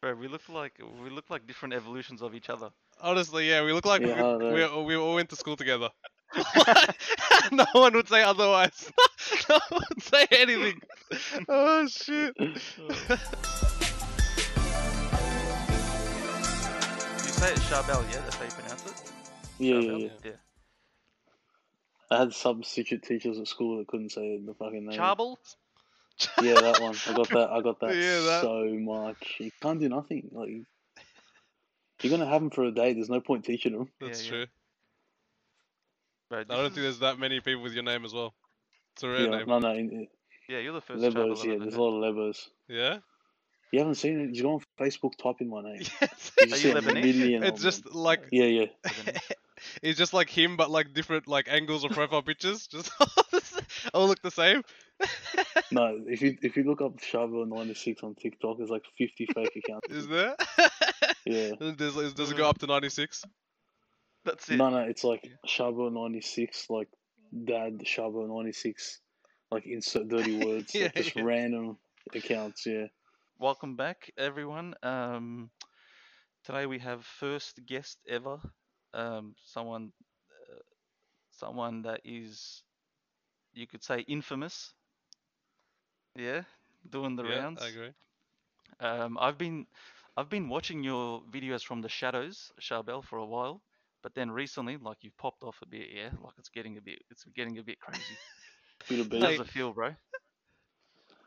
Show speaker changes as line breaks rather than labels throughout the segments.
bro. We look like we look like different evolutions of each other.
Honestly, yeah, we look like
Yeah, I
we,
know.
we, all- we all went to school together. no one would say otherwise. no one would say anything. oh shit.
You say it Charbel, yeah? That's how you pronounce it.
Yeah, yeah,
Charbel?
yeah. I had substitute teachers at school that couldn't say the fucking name.
Charbel?
Yeah, that one. I got that. I got that,
Yeah, that-
so much. You can't do nothing. Like you're gonna have them for a day. There's no point teaching them.
That's
yeah.
true.
Bro,
I
this
don't think
is-
there's that many people with your name as well. It's a rare
yeah,
name.
no, no. in-
Yeah, you're the first Charbel
Lebos.
I've
Yeah,
ever
there's
met.
a lot of Lebos.
Yeah.
You haven't seen it? You go on Facebook, type in my name.
Yes.
You
Are
just
you
see a
Lebanese?
million
It's
of them.
just like
Yeah, yeah.
it's just like him, but like different like angles of profile pictures. Just all look the same.
No, if you if you look up Shavo ninety six on TikTok, there's like fifty fake accounts.
Is there?
Yeah.
Does, it- does it go up to ninety six?
That's it.
No, no, it's like
Yeah.
Shabo ninety six, like Dad Shabo ninety six, like insert dirty words,
Yeah,
like just
yeah.
random accounts. Yeah.
Welcome back, everyone. Um, today we have first guest ever, um, someone, uh, someone that is, you could say, infamous. Yeah, doing the rounds.
I agree.
Um, I've been, I've been watching your videos from the shadows, Charbel, for a while, but then recently, like you've popped off a bit. Yeah, like it's getting a bit, it's getting a bit crazy.
Bit of
How
beef.
does
Like-
it feel, bro?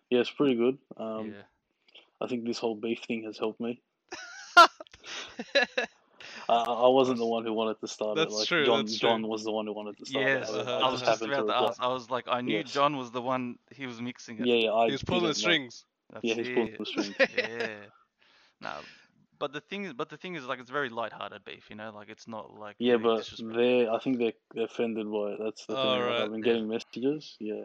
Yeah, it's pretty good. Um,
yeah.
I think this whole beef thing has helped me. I, I I wasn't the one who wanted to start it.
That's
Like
true,
John,
that's true.
John was the one who wanted to start
Yes,
it.
Uh-huh,
I,
I
uh-huh.
was
just
just
happened
about to
reply.
ask. I was like, I knew
Yes.
John was the one he was mixing it.
Yeah, yeah, I
He was pulling the
didn't know.
strings.
That's
Yeah, he's pulling
it.
the strings.
yeah. No, but the thing is, but the thing is, like, it's very light-hearted beef, you know. Like, it's not like
Yeah,
really
but
disrespect-
they're I think they're, they're offended by it. That's the thing. like,
Alright,
I've been
yeah.
getting messages. Yeah,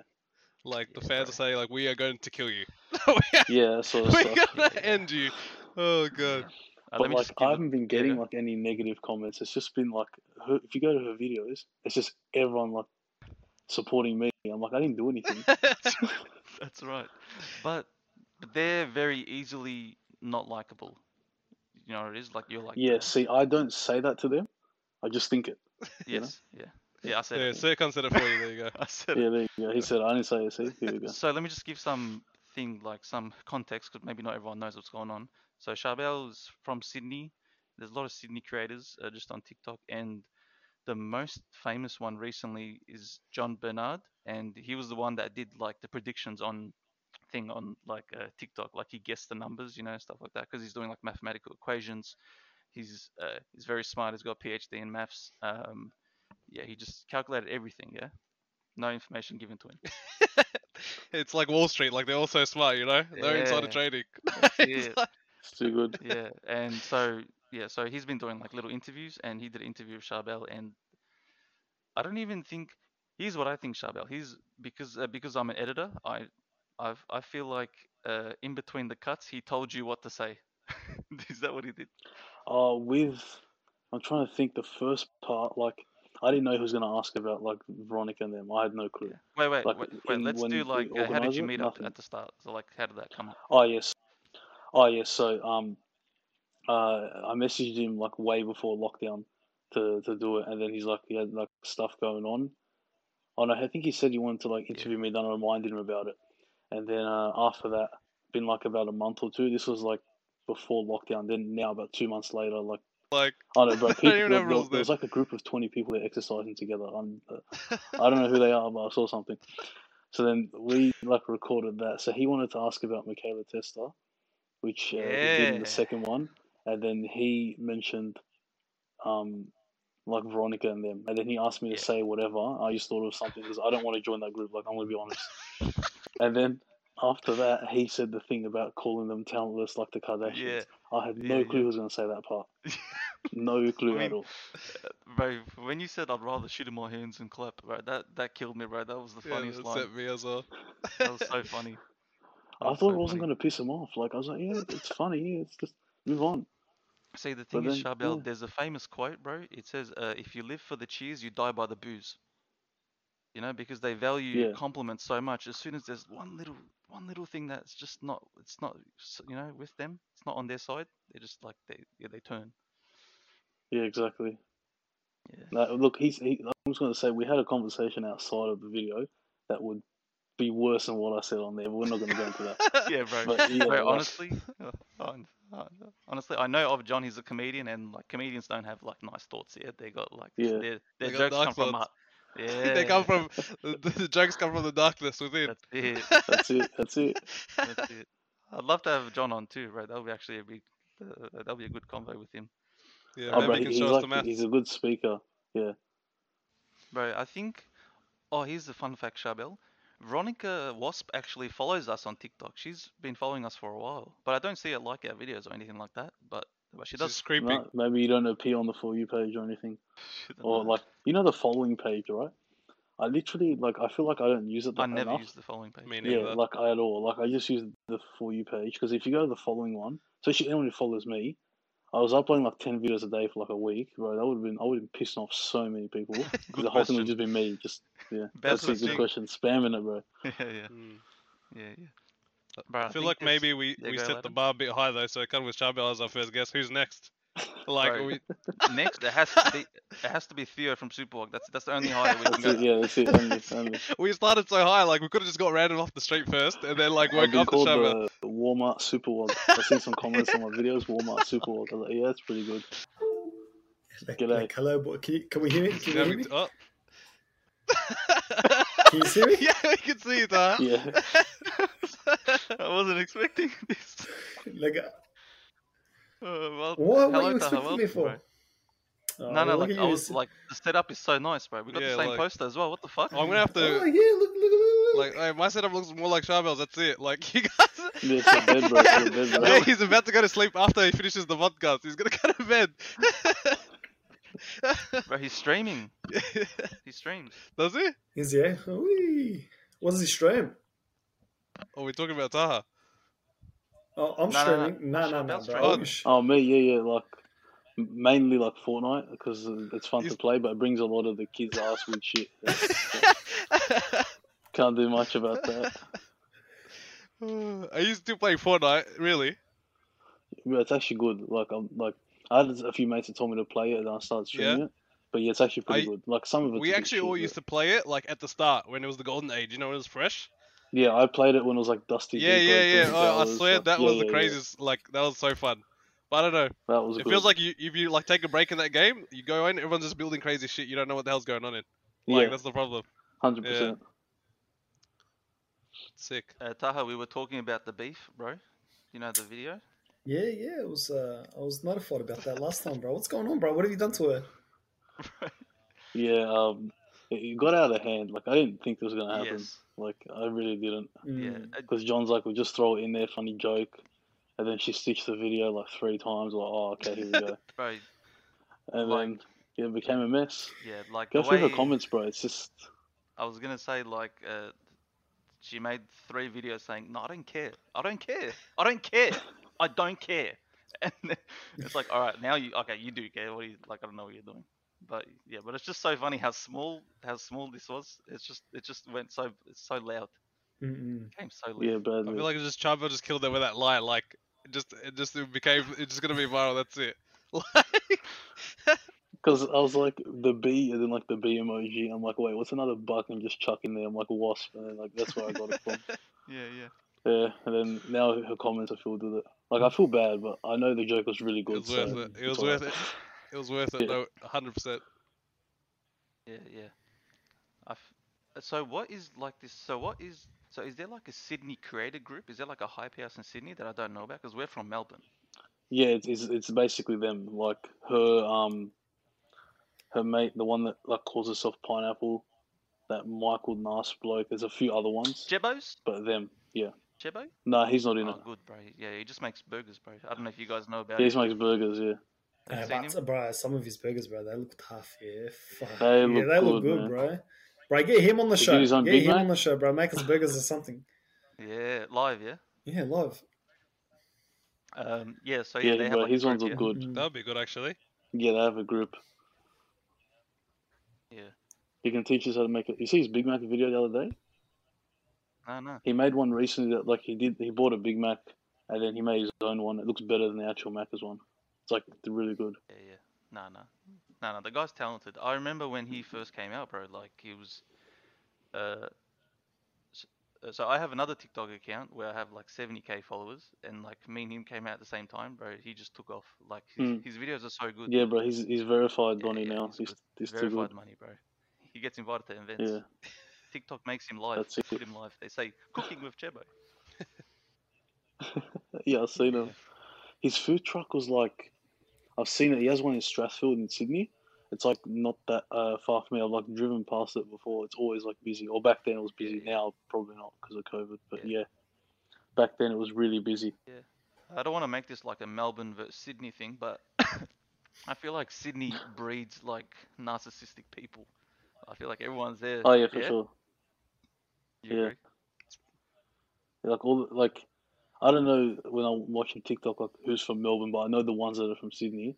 Like the
Yeah,
fans are
right.
saying, like we are going to kill you. we are,
yeah, that sort of
we're
stuff.
gonna
yeah.
end you. Oh
Uh,
god.
But
let me
like,
just
I
give the-
haven't been getting
yeah.
like any negative comments. It's just been like, her, if you go to her videos, it's just everyone like supporting me. I'm like, I didn't do anything.
That's right. But but they're very easily not likable. You know what it is? Like you're like
yeah, see, I don't say that to them. I just think it. you know?
yes, yeah, yeah. I said
Yeah,
it.
Sircon said it for you. There you go.
I said
Yeah, there you go. He said, I didn't say it. See, here we go.
So let me just give some thing like some context because maybe not everyone knows what's going on. So Charbel is from Sydney. There's a lot of Sydney creators uh, just on TikTok, and the most famous one recently is John Bernard, and he was the one that did like the predictions on thing on like uh, TikTok. Like he guessed the numbers, you know, stuff like that, because he's doing like mathematical equations. He's uh, he's very smart. He's got a PhD in maths. Um, yeah, he just calculated everything. Yeah, no information given to him.
It's like Wall Street. Like they're all so smart, you know. They're insider
Yeah.
trading.
it.
It's like-
It's too good.
yeah, and so yeah, so he's been doing like little interviews, and he did an interview with Charbel, and I don't even think here's what I think Charbel. He's because uh, because I'm an editor, I I've, I feel like uh, in between the cuts, he told you what to say. Is that what he did?
Uh, with I'm trying to think the first part. Like, I didn't know who was gonna ask about like Veronica and them. I had no clue.
Wait, wait,
Like,
wait, wait.
in-
Let's
when
do
we
like uh, how did
organise
you
it?
meet
Nothing.
up at the start? So like how did that come up?
Oh yes. Oh yes. So um, uh, I messaged him like way before lockdown to to do it, and then he's like he had like stuff going on. Oh no, I think he said he wanted to like
Yeah.
interview me. Then I reminded him about it, and then uh, after that, been like about a month or two. This was like before lockdown. Then now about two months later, like.
Like
I don't know, bro.
I don't
People,
even
there,
have
there-
rules
there was like a group of 20 people there exercising together. I'm, uh, I don't know who they are, but I saw something. So then we like recorded that. So he wanted to ask about Michaela Testa, which uh, he did in
Yeah.
the second one, and then he mentioned, um, like Veronica and them, and then he asked me to
Yeah.
say whatever. I just thought of something because I don't want to join that group. Like I'm gonna be honest. and then after that, he said the thing about calling them talentless like the Kardashians.
Yeah,
I had
Yeah,
no
yeah.
clue who was going to say that part. No clue
mean,
at all.
bro. When you said I'd rather shoot in my hands and clap, bro, that that killed me, bro. That was the
yeah,
funniest
that
line.
sent me as well.
That was so funny.
I
That's so
thought it
funny.
wasn't going to piss him off. Like, I was like, yeah, it's funny. Yeah, it's just move on.
See, the
But
thing is,
then,
Charbel,
yeah.
there's a famous quote, bro. It says, uh, "If you live for the cheers, you die by the booze." you know, because they value
Yeah.
compliments so much. As soon as there's one little one little thing that's just not, it's not, s- you know, with them, it's not on their side. They just like they yeah, they turn.
Yeah, exactly.
Yeah.
No, look, he's. He, I'm just going to say we had a conversation outside of the video that would be worse than what I said on there. But we're not going to go into that.
yeah, bro.
But yeah,
Bro,
like-
honestly, uh, hon- hon- honestly, I know of John. He's a comedian, and like comedians don't have like nice thoughts yet. They got like
Yeah.
their their
got
jokes
dark
come from
thoughts.
up. Yeah,
they come from the, the jokes come from the darkness within.
That's it.
That's it. That's it.
That's it. I'd love to have John on too, bro. That'll be actually a big, uh, that'll be a good convo with him,
Yeah,
Oh,
maybe
bro,
you
he-
can
he's,
show us the
like,
math.
he's a good speaker.
bro. I think. Oh, here's the fun fact, Shabel. Veronica Wasp actually follows us on TikTok. She's been following us for a while, but I don't see her like our videos or anything like that. But but she
She's
does.
creeping.
No, maybe you don't appear on the for you page or anything,
she does-
or like you know the following page, right? I literally like I feel like I don't use it
I
that
never
enough.
use the following page.
Me
yeah,
neither.
like I at all. Like I just use the for you page because if you go to the following one, especially anyone who follows me, I was uploading like ten videos a day for like a week, bro. That would have been I would have been pissing off so many people. 'cause
Good
the whole thing would
question.
just be me, just yeah.
Best
That's a good question. Spamming it, bro.
yeah, yeah,
Mm.
yeah, yeah.
I
Bro,
I feel
think
like
that's-
maybe we,
Yeah,
we
go,
set the
Aladdin.
bar a bit high though, so it comes with Charbel as our first guest. Who's next? Like
Bro,
we,
Next, it has to be it has to be Theo from Superwalk. That's that's the only higher we can
That's
go.
it, yeah, that's it. Only, only.
we started so high, like we could have just got random off the street first, and then like
I've
work
been
up the
called
Charbel.
the Walmart Superwog. I've seen some comments on my videos. Walmart Superwog. I was like, yeah, that's pretty good.
Like,
G'day.
like, hello, boy. Can, you, can we hear me? Can you
Yeah,
hear
we-
me?
oh.
Can you see me?
yeah, we can see it. Huh?
Yeah,
I wasn't expecting this.
Like,
Uh, well,
what were
hello
you
to
expecting
Hawel,
me for?
bro.
Oh,
No, no,
look
like
at
I
you.
was like the setup is so nice, bro. We got
Yeah,
the same
like-
poster as well. What the fuck?
I'm gonna have
Oh
to
yeah, look, look, look,
like
uh
look.
hey, my setup looks more like Charbel's. That's it. Like you guys.
yeah, it's a bed, bro. It's a bed, bro.
Hey, he's about to go to sleep after he finishes the podcast. He's gonna go to bed.
Bro, he's streaming. He streams.
Does he?
Is yeah. Whee. What does he stream?
Or are we talking about Taha?
Oh, I'm
No, no, no.
streaming. No, no, no,
That's
bro.
right.
I wish.
Oh me, yeah, yeah, like m- mainly like Fortnite because it's fun
Is-
to play, but it brings a lot of the kids' ass with shit. Can't do much about that.
Are you still playing Fortnite? Really?
But it's actually good. Like I'm like I had a few mates that told me to play it, and I started streaming it. But yeah, it's actually pretty
I-
good. Like some of it.
We actually all used to play it like at the start when it was the golden age. You know, when it was fresh.
Yeah, I played it when it was like Dusty.
Yeah,
Deep,
yeah,
like,
yeah.
Dusty
Oh, I
Dallas,
swear
like-
that
yeah,
was
yeah,
the
yeah.
craziest. Like that was so fun. But I don't know.
That was.
It
good.
feels like you, if you like take a break in that game, you go in, everyone's just building crazy shit. You don't know what the hell's going on in. Like
yeah,
that's the problem.
hundred percent.
Sick.
Uh, Taha, we were talking about the beef, bro. You know the video.
Yeah, yeah. It was. Uh, I was notified about that last time, bro. What's going on, bro? What have you done to her?
Yeah, um, it, it got out of hand. Like I didn't think this was gonna happen.
Yes.
Like I really didn't.
Yeah.
Mm.
Uh,
Because John's like, we just throw it in there, funny joke. And then she stitched the video like three times, like, oh, okay, here we go.
bro,
And then
like,
yeah, it became a mess.
yeah, like
Go
the
through
way
the comments, bro. It's just,
I was gonna say like uh, she made three videos saying, "No, I don't care. I don't care. I don't care. I don't care." And then it's like, all right, now you okay? You do care. What do you like? I don't know what you're doing, but yeah, but it's just so funny how small how small this was. It's just it just went so it's so loud.
Mm-mm.
It came so loud.
yeah,
I
badly.
feel like it's just Chavo just killed it with that lie. Like it just it just it became it's just gonna be viral. That's it.
Because I was like, the B, and then like the B emoji. I'm like, wait, what's another buck? And just chuck in there. I'm like, wasp. And then, like, that's where I got it from.
yeah, yeah.
Yeah, and then now her comments are filled with it. Like, I feel bad, but I know the joke was really
It
good.
was worth
so
it. It
it's
was
alright.
worth it. It was worth it.
Yeah.
No, hundred percent.
Yeah, yeah. I f- uh, so what is like this? So what is so is there like a Sydney creator group? Is there like a hype house in Sydney that I don't know about? Because we're from Melbourne.
Yeah, it's, it's it's basically them. Like her um her mate, the one that like calls herself Pineapple, that Michael Nice bloke. There's a few other ones,
Jebos,
but them, yeah.
Jebo.
Nah, he's not in it.
Oh, good, bro. Yeah, he just makes burgers, bro. I don't know if you guys know about
He
it.
just makes burgers. Yeah,
Have you
Uh,
seen
but,
him?
bro, some of his burgers, bro, they look tough. Yeah, fuck.
They
yeah,
look
they
good,
look good,
man.
bro. Bro, get him on the
He
show.
did his own
Get
Big
him
Mac?
on the show, bro. Make us burgers or something.
Yeah, live, yeah.
Yeah, live.
Um, yeah. So yeah,
yeah,
they have
bro.
like a
his ones
group,
are good.
Mm.
That would be good actually.
Yeah, they have a group.
yeah.
He can teach us how to make it. You see his Big Mac video the other day?
I don't know.
He made one recently that like he did. He bought a Big Mac and then he made his own one. It looks better than the actual Macca's one. It's like really good.
Yeah, yeah. No, no. No, no. The guy's talented. I remember when he first came out, bro. Like, he was. Uh, s- uh, so I have another TikTok account where I have like 70k followers, and like me and him came out at the same time, bro. He just took off. Like his,
Mm.
his videos are so good.
Yeah, bro. He's he's verified
Yeah,
Donnie
yeah,
now.
he's
He's,
good.
he's too
verified
good.
money, bro. He gets invited to events.
Yeah.
TikTok makes him live.
That's it.
Put him live. They say cooking with Chebo.
Yeah, I've seen him. His food truck was like, I've seen it. He has one in Strathfield in Sydney. It's like not that uh, far from me. I've like driven past it before. It's always like busy. Or back then it was busy.
yeah.
Now probably not because of COVID. But
Yeah.
yeah. back then it was really busy.
I don't want to make this like a Melbourne versus Sydney thing, but I feel like Sydney breeds like narcissistic people. I feel like everyone's there.
Oh yeah, for sure.
You
yeah.
agree?
Like all the- like, I don't know when I'm watching TikTok like who's from Melbourne, but I know the ones that are from Sydney,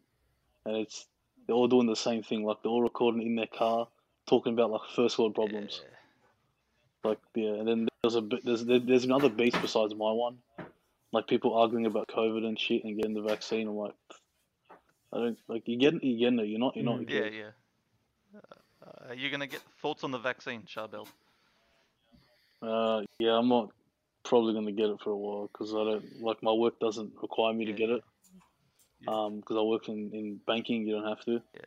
and it's they're all doing the same thing. Like they're all recording in their car, talking about like first world problems.
Yeah.
Like yeah, and then there's a bit- there's there- there's another beat besides my one, like people arguing about COVID and shit and getting the vaccine. I'm like, I don't like you getting you getting it. You're not you're not.
Mm.
you're
Yeah, yeah. Uh, are you gonna get thoughts on the vaccine, Charbel?
Uh, yeah, I'm not probably gonna get it for a while because I don't like my work doesn't require me to
Yeah,
get
yeah.
it.
Yeah.
Um, because I work in in banking, you don't have to.
Yeah.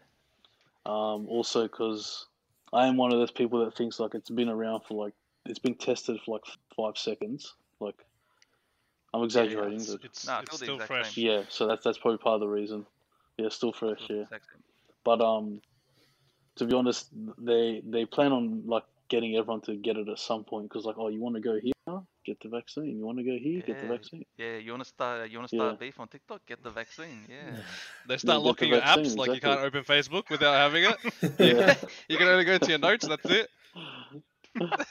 Um, also because I am one of those people that thinks like it's been around for like it's been tested for like five seconds. Like,
Yeah,
I'm
yeah,
exaggerating,
It's,
but
it's,
Nah, I
it's
feel the
still
exact
fresh.
same.
yeah. So that's that's probably part of the reason. Yeah, still fresh. Yeah. But um, to be honest, they they plan on like getting everyone to get it at some point because like, oh, you want to go here, get the vaccine. You want to go here, get the
Yeah.
vaccine.
Yeah, you wanna start? You wanna
Yeah.
start beef on TikTok? Get the vaccine. Yeah.
They start
get the
locking your apps,
vaccine,
like you
exactly.
can't open Facebook without having it.
Yeah.
you can only go to your notes. That's it.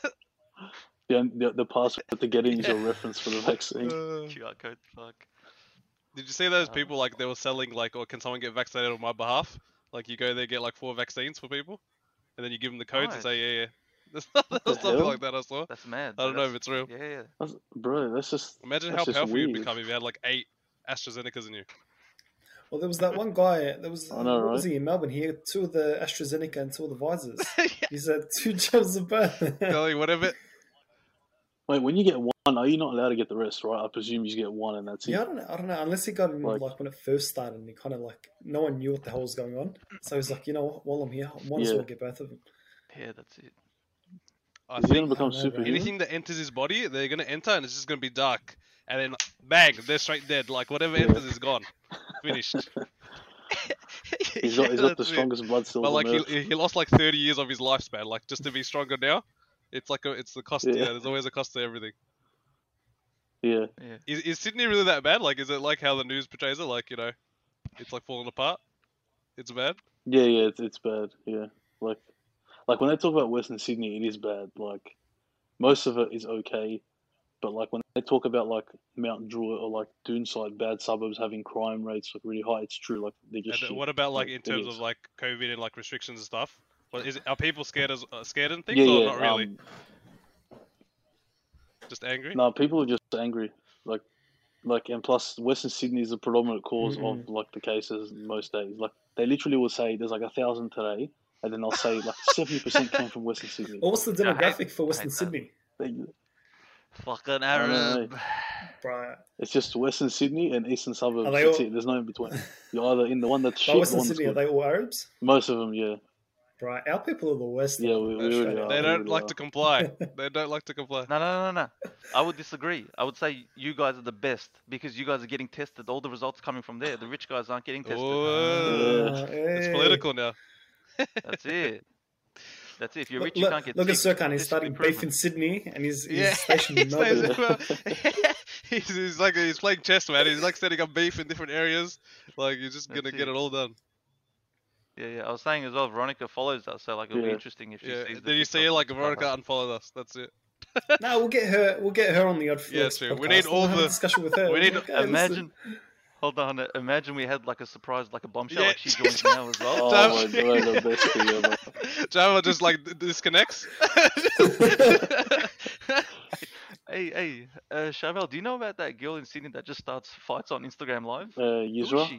the, the, the password to get in is your reference for the vaccine.
Uh,
QR code. Fuck.
Did you see
Um,
those
Uh,
people like they were selling like, or can someone get vaccinated on my behalf? Like you go there, get like four vaccines for people, and then you give them the codes
Nice.
and say, yeah, yeah. There's something
the hell?
like that I saw.
That's mad.
I
bro,
don't know if
that's-
it's real.
Yeah, yeah.
That's, bro, that's just
Imagine
That's
how
just
powerful you'd
weird.
become if you had like eight AstraZenecas in you.
Well, there was that one guy. There was
I know,
what was
right?
he in Melbourne? He had two of the AstraZeneca and two of the Visors. He's had two jobs of both.
Telling you whatever.
wait. When you get one, are you not allowed to get the rest? Right? I presume you just get one and that's it.
yeah, I don't know. I don't know. Unless he got in,
Like-
like, when it first started, and he kind of like no one knew what the hell was going on. So he's like, you know what? While I'm here, I might as
Yeah.
well get both of them.
Yeah, that's it.
I
Is he
think
gonna become
I don't know, bro.
superhuman?
anything that enters his body, they're gonna enter, and it's just gonna be dark. And then bang, they're straight dead. Like whatever
Yeah.
enters is gone, finished.
He's got
Yeah,
he's got the
that's it.
strongest blood cells.
But like
on
he,
Earth.
he lost like 30 years of his lifespan. Like just to be stronger now, it's like a, it's the cost. Yeah.
Yeah.
there's always a cost to everything.
yeah,
Yeah.
Is, is Sydney really that bad? Like, is it like how the news portrays it? Like, you know, it's like falling apart. It's bad.
yeah, yeah. It's it's bad. Yeah, like like when they talk about Western Sydney, it is bad. Like most of it is okay, but like when they talk about like Mount Druitt or like Doonside, bad suburbs having crime rates like really high, it's true. Like they
And
just shit.
what about like
Like,
in
it
terms of
is.
like COVID and like restrictions and stuff? Well, is it, are people scared as uh, scared and things
yeah,
or
yeah.
not really?
um,
just angry.
No, people are just angry. Like, like, and plus, Western Sydney is the predominant because of
Mhm.
like the cases most days. Like, they literally will say there's like a thousand today, and then they'll say like seventy percent came from Western Sydney.
Well, what's the
Yeah, I hate-
demographic for Western
that.
Sydney,
They-
Fucking
don't know.
Arab.
bro?
It's just Western Sydney and Eastern Suburbs.
Are they
That's
all-
it. There's no in between. You're either in the one that's shit,
But
or
Western
one that's
Sydney are
good.
they all Arabs?
Most of them, yeah,
Right, our people are the worst.
yeah, we, we already
Australia.
are.
they
we
don't
already
like
are.
to comply. they don't like to comply.
No, no, no, no. no. I would disagree. I would say you guys are the best because you guys are getting tested. All the results coming from there. The rich guys aren't getting tested. Uh-huh.
Whoa.
Ah,
It's
hey.
political now.
That's it. That's it. If you're
Look,
rich, you
look-
can't get
look at
sick.
Sirkan. He's
This is
starting beef in
improvement.
Sydney, and he's, he's
Yeah,
stationed in
he's, like-
Melbourne.
he's, he's like he's playing chess, man. He's like setting up beef in different areas. Like you're just
That's
gonna get
it.
it all done.
Yeah, yeah. I was saying as well. Veronica follows us, so like it'll be
Yeah.
interesting if she
Yeah.
sees.
Then you see
TikToks
like
and stuff
Veronica unfollowed us. That's it.
no, we'll get her. We'll get her on the Odd
Yeah,
Felix
true. We
podcast.
need all
We'll have a
the-
discussion with her.
we need-
Like,
that.
"Hey, listen,
Imagine, Hold on. uh, Imagine we had like a surprise, like a bombshell,
Yeah.
like she joins now as well.
Oh
Damn.
my god, the best thing ever.
Java just like d- disconnects.
Hey, hey, uh, Chevelle, do you know about that girl in Sydney that just starts fights on Instagram Live? Who
Uh,
is
Yuzra,
she?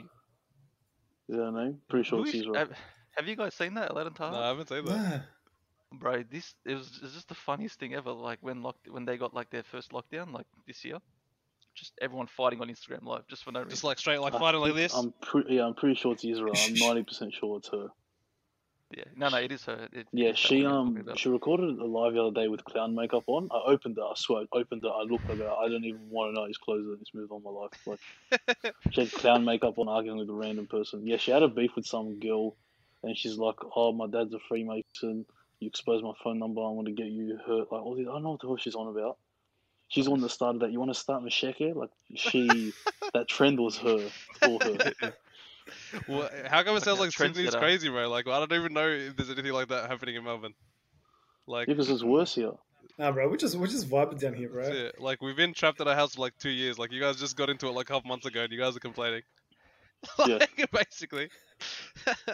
is that her name? Pretty sure
Who
it's
is-
Yuzra.
have, have you guys seen that, Aladdin Taha?
no, I haven't seen that.
Nah.
Bro, this it was, it was just the funniest thing ever. Like when locked, when they got like their first lockdown, like this year, just everyone fighting on Instagram Live just for no reason.
Just like straight, like
I
fighting like this.
I'm pretty, yeah, I'm pretty sure it's Yuzra. I'm ninety percent sure it's her.
yeah, no, no, it is her. It,
Yeah,
it's that one
she
you're talking
um
about.
she recorded a live the other day with clown makeup on. I opened it, I swear, I opened it, I looked at it, I didn't even want to know his clothes and just move on my life. Like she had clown makeup on arguing with a random person. Yeah, she had a beef with some girl and she's like, Oh, my dad's a Freemason, you exposed my phone number, I'm gonna get you hurt like all these I don't know what the hell she's on about. She's the one that started that. You wanna start Masheke? Like she that trend was her for her.
Wha- how come it
Fucking
sounds like Sydney's
trendsetter.
crazy, bro? Like I don't even know if there's anything like that happening in Melbourne. Like
Because it's worse here.
Nah, bro, we're just we're just vibing down here, bro.
that's it. like we've been trapped in our house for like two years. Like you guys just got into it like half months ago, and you guys are complaining.
Yeah.
like, basically.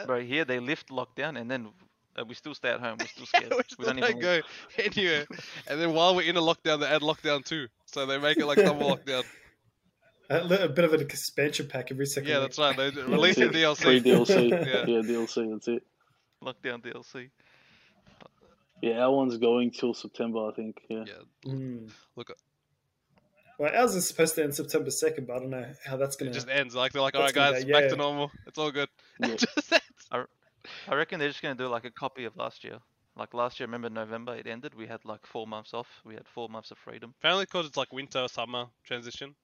Bro, here they lift lockdown and then uh, we still stay at home. We're still scared.
we still
don't
don't,
even.
go anywhere. and then while we're in a lockdown, they add lockdown too. So they make it like double lockdown.
A, li- a bit of an expansion pack every second.
Yeah,
week.
that's right. They d- release the
it. Free
DLC.
DLC.
Yeah.
yeah, DLC, that's it.
Lockdown DLC.
Yeah, our one's going till September, I think. Yeah.
Yeah.
Mm.
Look- uh,
Well, ours is supposed to end September second, but I don't know how that's
It
gonna.
just ends. Like they're like, all
That's
right,
gonna
guys,
go-
back
yeah.
to normal. It's all good.
Yeah.
Just ends.
I reckon they're just gonna do like a copy of last year. Like last year, remember November? It ended. We had like four months off. We had four months of freedom.
Apparently, because it's like winter summer transition,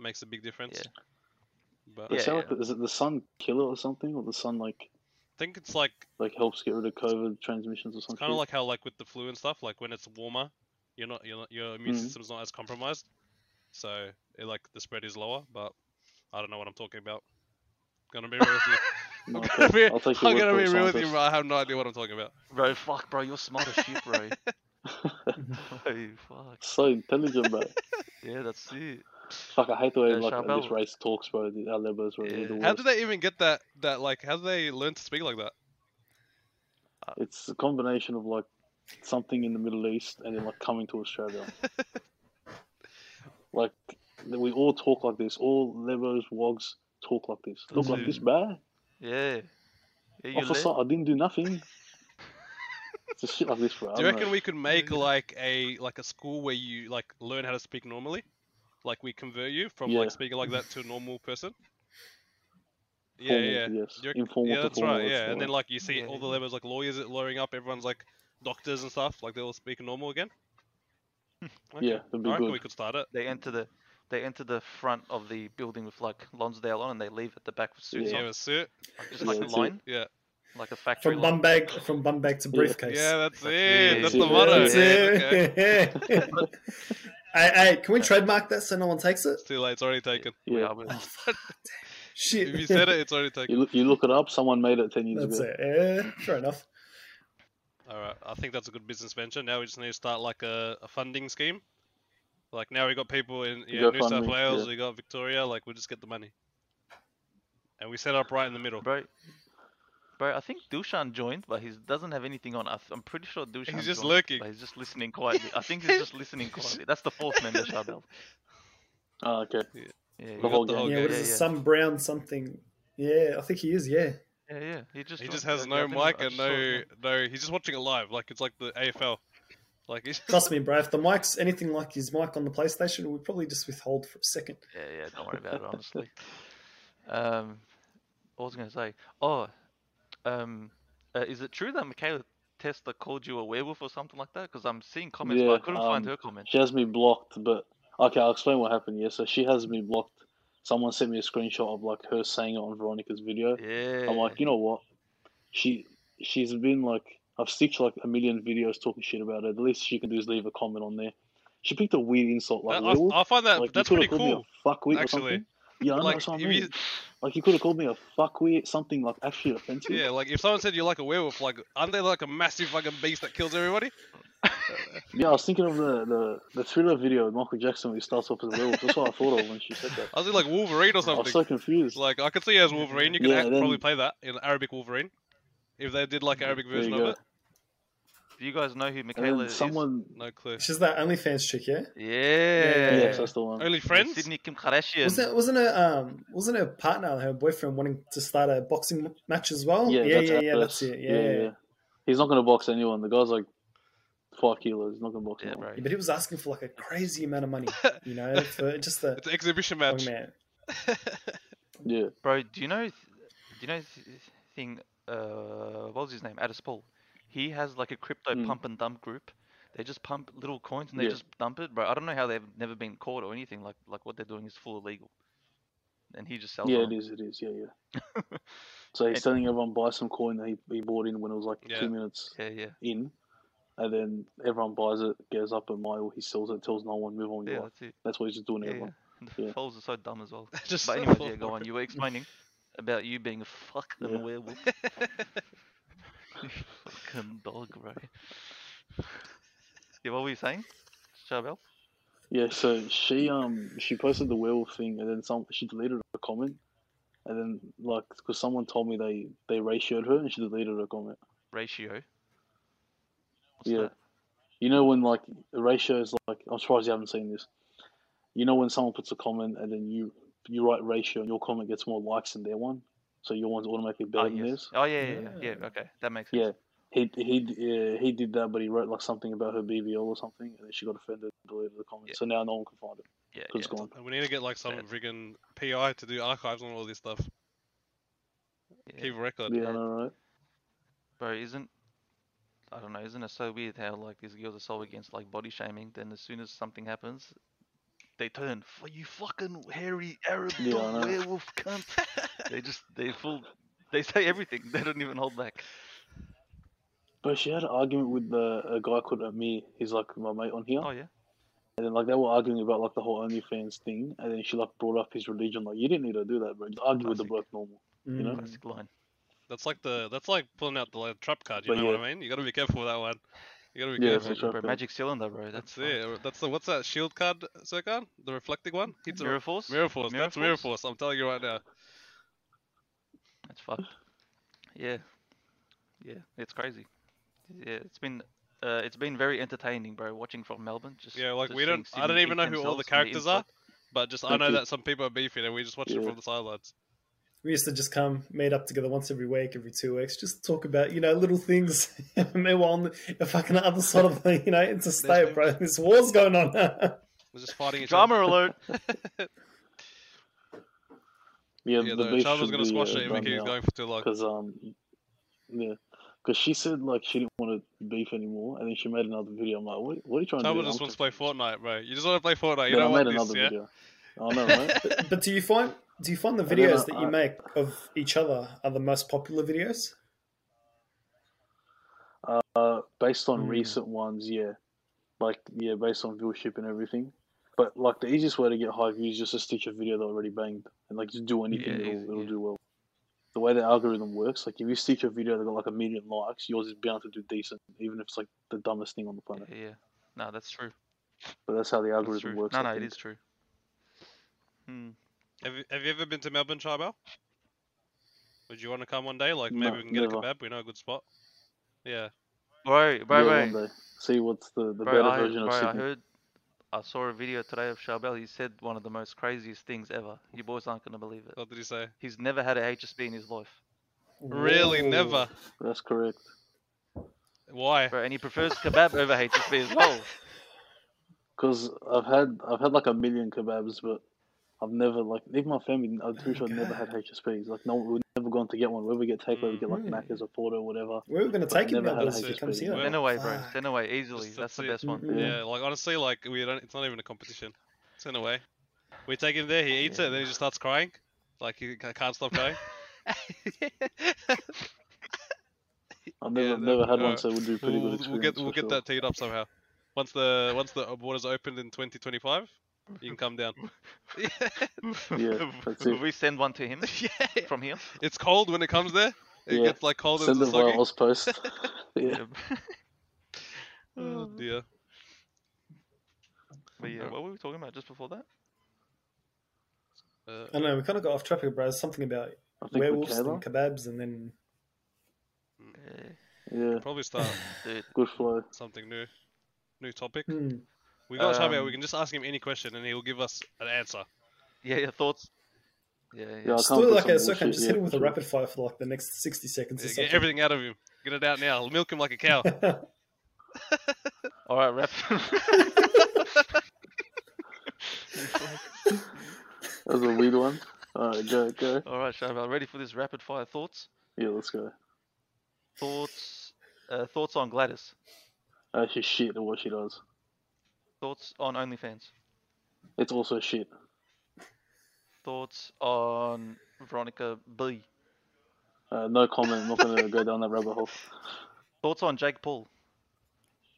makes a big difference.
Yeah.
But
Is,
Yeah,
that like the, is it the sun killer or something, or the sun like
I think it's like
like helps get rid of COVID transmissions or something?
kind of like how like with the flu and stuff. Like when it's warmer, you're not, you're not your immune
Mhm.
system's not as compromised, so it, like the spread is lower. But I don't know what I'm talking about. Gonna be real with you. I'm gonna be,
I'll take your
I'm
word
gonna
for
be
it,
real with you,
scientist.
bro. I have no idea what I'm talking about.
Bro, fuck, bro, you're smart as shit, bro. bro, fuck.
so intelligent, bro.
Yeah, that's it.
Fuck, I hate the way
Yeah,
like
Charbel.
this race talks, bro. The- Our labos were
Yeah.
the
How
worst.
do they even get that? That like, how do they learn to speak like that?
It's a combination of like something in the Middle East and then like coming to Australia. like we all talk like this. All labos, wogs talk like this. Talk like
Mm.
this, bro.
Yeah. Yeah, you
Officer,
lit.
I didn't do nothing. it's just shit like this, bro. I
Do you
don't
reckon
know.
we could make
Yeah.
like a like a school where you like learn how to speak normally? Like we convert you from
Yeah.
like speaking like that to a normal person? Yeah,
Formal,
yeah.
Yes.
Do you reckon-
Informal
yeah,
to
that's
formal,
right.
it's
Yeah, and
the
then like you see
Yeah,
all the
yeah.
levels like lawyers at lawyering up, everyone's like doctors and stuff, like they all speak normal again. Okay.
Yeah, that'd be
I reckon
good.
we could start it.
They enter the they enter the front of the building with like Lonsdale on and they leave at the back with suits
Yeah,
on.
a suit.
Like, just like
Yeah,
a
that's it.
line.
Yeah.
Like a factory
from
line.
bum bag from bum bag to briefcase.
Yeah, that's
That's
it.
it.
That's
Yeah,
the motto.
That's
Yeah,
it.
okay.
hey, hey, can we trademark that so no one takes it?
It's too late, it's already taken.
We
Yeah.
are with-
Shit.
If you said it, it's already taken.
You look, you look it up. Someone made it ten years
That's
ago.
it. Yeah, sure enough.
All right, I think that's a good business venture. Now we just need to start like a, a funding scheme. Like now we got people in yeah, New South
GoFundMe,
Wales,
yeah.
we got Victoria. Like we just get the money, and we set up right in the middle.
bro. Bro, I think Dushan joined, but he doesn't have anything on. I th- I'm pretty sure Dushan.
just
joined,
lurking.
But he's just listening quietly. I think he's just listening quietly. That's the fourth member, Sharbel.
Oh, okay.
Yeah,
We
you
got
got-
whole
the
gang.
whole
yeah,
gang.
what
yeah,
is it?
yeah.
Some brown something. Yeah, I think he is. Yeah.
yeah, yeah. He just
He
joined,
just has
uh,
no
yeah, I
mic
think I
and
just saw his
no
name.
no. He's just watching it live. Like it's like the AFL. Like he's just,
Trust me, bro. If the mic's anything like his mic on the PlayStation, we'd probably just withhold for a second.
Yeah, yeah. Don't worry about it, honestly. um, what was I gonna say? Oh, um, uh, is it true that Michaela Tesla called you a werewolf or something like that? Because I'm seeing comments, but I
Yeah,
couldn't find
um,
her comment.
She has me blocked, but okay, I'll explain what happened. Yeah, so she has me blocked. Someone sent me a screenshot of like her saying it on Veronica's video.
Yeah.
I'm like, you know what? She she's been like I've stitched like a million videos talking shit about her. The least she can do is leave a comment on there. She picked a weird insult like
that- I, I find that
Like,
that's
you
pretty
could have
cool.
called me a fuckwit or
actually.
something. Yeah, I know,
Like,
that's what I
if
mean.
you-
Like you could have called me a fuckwit, something like actually offensive.
Yeah, like if someone said you're like a werewolf, like aren't they like a massive fucking beast that kills everybody?
Yeah, I was thinking of the, the, the thriller video with Michael Jackson when he starts off as a werewolf. That's what I thought of when she said that.
I was like Wolverine or
I was
something.
so confused.
Like I could see as Wolverine. You could
Yeah,
act-
then-
probably play that in Arabic Wolverine, if they did like an Arabic
There you
version
go.
of it.
Do you guys know who
And
Michaela
then
is?
someone.
No clue.
She's that OnlyFans chick, yeah.
Yeah.
Yeah.
Yes, that's the one.
Only
The
friends.
Sydney Kim Kardashian.
Wasn't wasn't her um wasn't her partner her boyfriend wanting to start a boxing match as
Oh,
well?
Yeah,
yeah,
that's
yeah,
yeah,
yeah, that's it. Yeah, yeah,
He's not going to box anyone. The guy's like five kilos. He's not going to box
Yeah,
anyone.
bro.
But he was asking for like a crazy amount of money, you know, for just the oh,
It's an exhibition match.
man.
Yeah.
Bro, do you know? th- Do you know th- thing? Uh, what was his name? Addis Paul. He has like a crypto
Mm.
pump and dump group. They just pump little coins and they
Yeah.
just dump it, bro. I don't know how they've never been caught or anything. Like like what they're doing is full illegal. And he just sells.
Yeah,
on
it
them.
is. It is. Yeah, yeah. so he's telling everyone buy some coin that he, he bought in when it was like
Yeah.
two minutes
Yeah, yeah,
in, and then everyone buys it, goes up a mile, he sells it, tells no one, move on.
yeah.
Yeah.
That's it.
That's what he's just doing. to
Yeah, yeah.
everyone.
And
Yeah.
The trolls are so dumb as well.
Just
But anyways, yeah, go on. You were explaining about you being a fucking
Yeah.
werewolf. You fucking dog, bro. Yeah, what were you saying, Charbel?
Yeah, so she um she posted the werewolf thing, and then some she deleted her comment, and then like because someone told me they they ratioed her, and she deleted her comment.
Ratio. What's
Yeah.
that?
You know when like the ratio is like I'm surprised you haven't seen this. You know when someone puts a comment and then you you write ratio and your comment gets more likes than their one, so your one's automatically better
Oh,
than
yes.
theirs.
oh yeah, yeah, yeah,
Yeah.
yeah. Okay, that makes sense.
Yeah, he he yeah, he did that, but he wrote like something about her BBL or something, and then she got offended and deleted the comment.
Yeah.
So now no one can find it
Yeah,
because it's
yeah.
gone.
And we need to get like some
Yeah.
friggin' PI to do archives on all this stuff.
yeah.
Keep a record.
Yeah,
Yeah.
I know, right?
Bro, isn't I don't know, isn't it so weird how like these girls are so against like body shaming? Then as soon as something happens, they turn for you fucking hairy Arab
Yeah, I
dog
know.
werewolf cunt. they just they full they say everything. They don't even hold back.
But she had an argument with the, a guy called Amir. He's like my mate on here,
Oh yeah,
and then like they were arguing about like the whole OnlyFans thing, and then she like brought up his religion. Like you didn't need to do that, bro. Just argue with the
Classic.
bloke normal.
Mm.
know?
classic line.
That's like the that's like pulling out the like, trap card. You
But
know
yeah.
what I mean? You gotta be careful with that one. You gotta be
Yeah,
Yeah,
that's
careful.
bro,
what
bro,
I feel.
magic cylinder, bro. That's uh,
That's it. or- That's the what's that shield card, sir card? The reflecting one? It's a
Mirror Force.
Mirror Force.
Mirror
That's Mirror
Force?
Force. I'm telling you right now.
That's fucked. Yeah, yeah, it's crazy. Yeah, it's been uh, it's been very entertaining, bro. Watching from Melbourne, just
Yeah, like
just
we
seeing
don't. I don't
Sydney
even know
eat
who all the
themselves from
characters are,
inside.
but just I
Thank
know
you.
that some people are beefing and we just watch it
Yeah.
from the sidelines.
We used to just come, meet up together once every week, every two weeks, just talk about you know little things. Meanwhile, on the fucking other side of the you know interstate, bro, this war's going on.
We're just fighting each other.
Drama alert!
Yeah,
Yeah,
the
though,
beef
Chandler's
should
gonna
be,
squash
uh,
it if he
done
keeps
now.
going for too long.
because um, yeah, because she said like she didn't want to beef anymore, and then she made another video. I'm like, what, what are you trying
Chandler
to do?
just
I'm
wants to play Fortnite, bro. You just want to play Fortnite. You
Then
don't
I
want
made
this,
another
yeah?
video. I know, right?
but, but do you find do you find the
don't know,
videos that you
I-
make of each other are the most popular videos?
Uh, based on
Hmm.
recent ones, yeah, like yeah, based on viewership and everything. But like the easiest way to get high views is just to stitch a video that already banged, and like just do anything,
Yeah,
it'll,
easy,
it'll
yeah.
do well. The way the algorithm works, like if you stitch a video that got like a million likes, yours is bound to do decent, even if it's like the dumbest thing on the planet.
yeah, no, that's true.
But that's how the
That's
algorithm
true.
works.
no,
I
no, it
think.
is true. Hmm.
Have you, have you ever been to Melbourne, Charbel? Would you want to come one day? Like maybe
No,
we can get a
never.
kebab. We know a good spot. Yeah.
Bro, bro,
yeah,
bro,
one day. See what's the, the
bro,
better
I,
version
bro
of
I
Sydney.
heard, I saw a video today of Charbel. He said one of the most craziest things ever. You boys aren't gonna believe it.
What did he say?
He's never had a HSB in his life,
Really?
Whoa.
Never.
That's correct.
Why?
bro, and he prefers kebab over HSB as well.
Because I've had I've had like a million kebabs, but I've never like even my family. I'm pretty sure I've never had HSPs. Like no, we've never gone to get one. Whenever we get takeaway, we get like
Mm.
Mm-hmm.
Macca's or Porter or whatever.
We were going to
But
take it
never
now,
had
but if
a
you come see
HSP.
it.
Send away, bro.
Fuck.
Send away easily.
Just
That's the
that's
best one.
Mm-hmm.
Mm.
Yeah. like honestly, like we don't. It's not even a competition. It's in a way. We take him there. He eats it. Then he just starts crying. Like he ca- can't stop crying.
I've
Yeah,
never
no,
never had
uh,
one, so it would be a pretty
we'll,
good experience.
we'll get we'll
for
get that teed up somehow. Once the once the borders opened in 2025, you can come down.
Yeah, that's
Will
it.
we send one to him
yeah.
from here?
It's cold when it comes there. It
Yeah.
gets like cold
sure. Send
and
them
soggy.
via Auspost. yeah,
Yeah.
Oh dear.
But yeah,
Alright.
what were we talking about just before that?
Uh,
I don't know. We kind of got off topic, bro. It's Something about
I think
werewolves
Michaela.
and kebabs, and then
Uh,
Yeah,
probably start
dude,
good flow.
something new, new topic.
Mm,
hmm,
We got um,
Um,
We can just ask him any question, and he'll give us an answer.
yeah, your thoughts? Yeah, yeah.
Yeah, I
just
can't
do it
put
like
some
a
more
second.
shit,
Just
yeah,
hit him with
for
a
sure.
rapid fire for like the next sixty seconds or
Yeah,
something.
get everything out of him. Get it out now. Milk him like a cow.
All right, rap.
That was a weird one. All right, go, go.
All right, Shabal, ready for this rapid fire thoughts?
Yeah, let's go.
Thoughts, uh, thoughts on Gladys?
Uh, she's shit at what she does.
Thoughts on OnlyFans?
It's also shit.
Thoughts on Veronica B?
Uh, no comment. I'm not gonna go down that rabbit hole.
Thoughts on Jake Paul?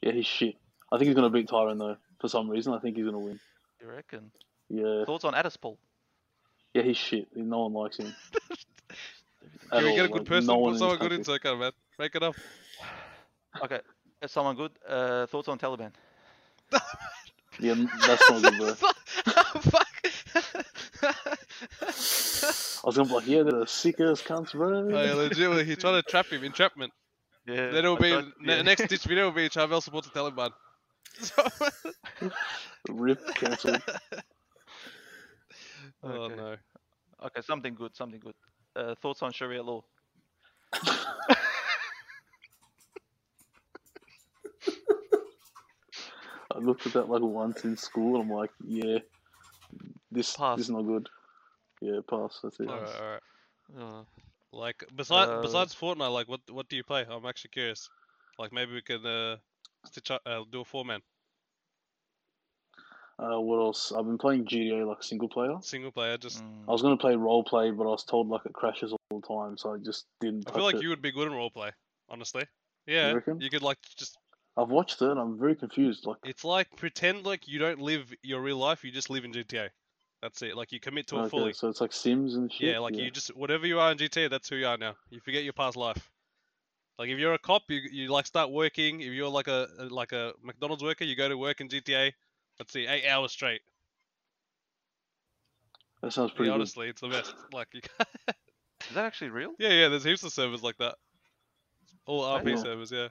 Yeah, he's shit. I think he's gonna beat Tyron though. For some reason, I think he's gonna win.
You reckon?
Yeah,
Thoughts on Addis Paul?
yeah, he's shit. No one likes him. At
Can we
all,
get a good
like,
person?
no one
Put
in
someone
this
good
country.
into it, come on, man. Make it up.
Okay, is someone good? Uh, thoughts on Taliban?
Yeah, n- that's not good, bro. I was gonna be like, yeah, they're the sickest cunts, bro.
Oh, yeah, legit. He's trying to trap him. Entrapment.
Yeah.
Then it'll
I
be
tried- yeah.
ne- next ditch video will be Charvel supports the Taliban.
Rip, cancelled.
oh
Okay.
no.
Um, Okay, something good, something good. Uh, thoughts on Sharia law?
I looked at that like once in school, and I'm like, yeah, this
Pass.
this is not good. Yeah, pass. That's it.
Pass.
All right, all right.
Uh,
Like besides
Uh,
besides Fortnite, like what what do you play? I'm actually curious. Like maybe we can uh, stitch up, uh do a four man
Uh, what else? I've been playing GDA like single player.
single player. Just
mm,
I was gonna play role play, but I was told like it crashes all the time, so I just didn't.
I
Touch
feel like
it.
you would be good in role play. Honestly. Yeah.
reckon?
You could like just
I've watched it, and I'm very confused. Like,
it's like pretend like you don't live your real life. You just live in GTA. That's it. Like you commit to it
okay,
fully.
so it's like Sims and shit.
Yeah, like you just whatever you are in GTA, that's who you are now. You forget your past life. Like if you're a cop, you you like start working. If you're like a like a McDonald's worker, you go to work in GTA. Let's see, eight hours straight.
That sounds
Yeah,
pretty good.
honestly, it's the best. Like, you can't-
is that actually real?
yeah, yeah. There's heaps of servers like that. All RP
Wow.
servers, yeah.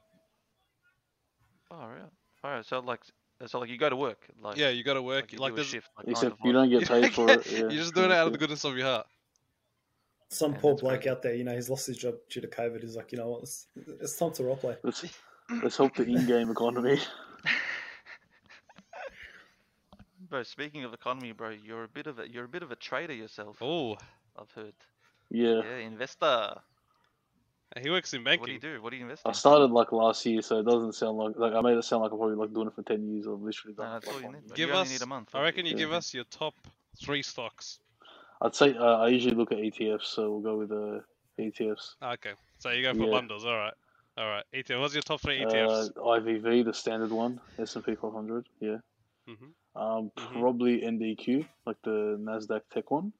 Oh, yeah. All right, so like, so like you go to work, like
yeah, you gotta work.
you
Like,
do a
there's,
shift, like, nine to
Except you
five.
don't
you
get paid for it. Yeah,
you're just doing it out of the
good.
goodness of your heart.
Some
Yeah,
poor
that's
bloke
crazy.
out there, you know, he's lost his job due to COVID. He's like, you know what? It's, it's time to role play.
Let's, let's help the in-game economy.
Bro, speaking of economy, bro, you're a bit of a you're a bit of a trader yourself.
Oh,
I've heard.
Yeah.
Yeah, investor.
he works in
What do you
banking.
do? What do you invest
I
in?
started like last year, so it doesn't sound like like I made it sound like I'm probably like doing it for ten years. I've literally
No,
done. it
that's
for,
all you
like, one
need.
year.
bro.
Give
you only
us-
need a month.
I reckon you
Yeah.
give us your top three stocks.
I'd say uh, I usually look at ETFs, so we'll go with uh, ETFs.
Ah, Okay, so you go for
Yeah.
bundles. All right, all right. ETF. What's your top three E ETFs?
Uh, IVV, the standard one, S and P 500. Yeah.
Mhm.
Um,
Mhm.
probably NDQ, like the Nasdaq Tech one,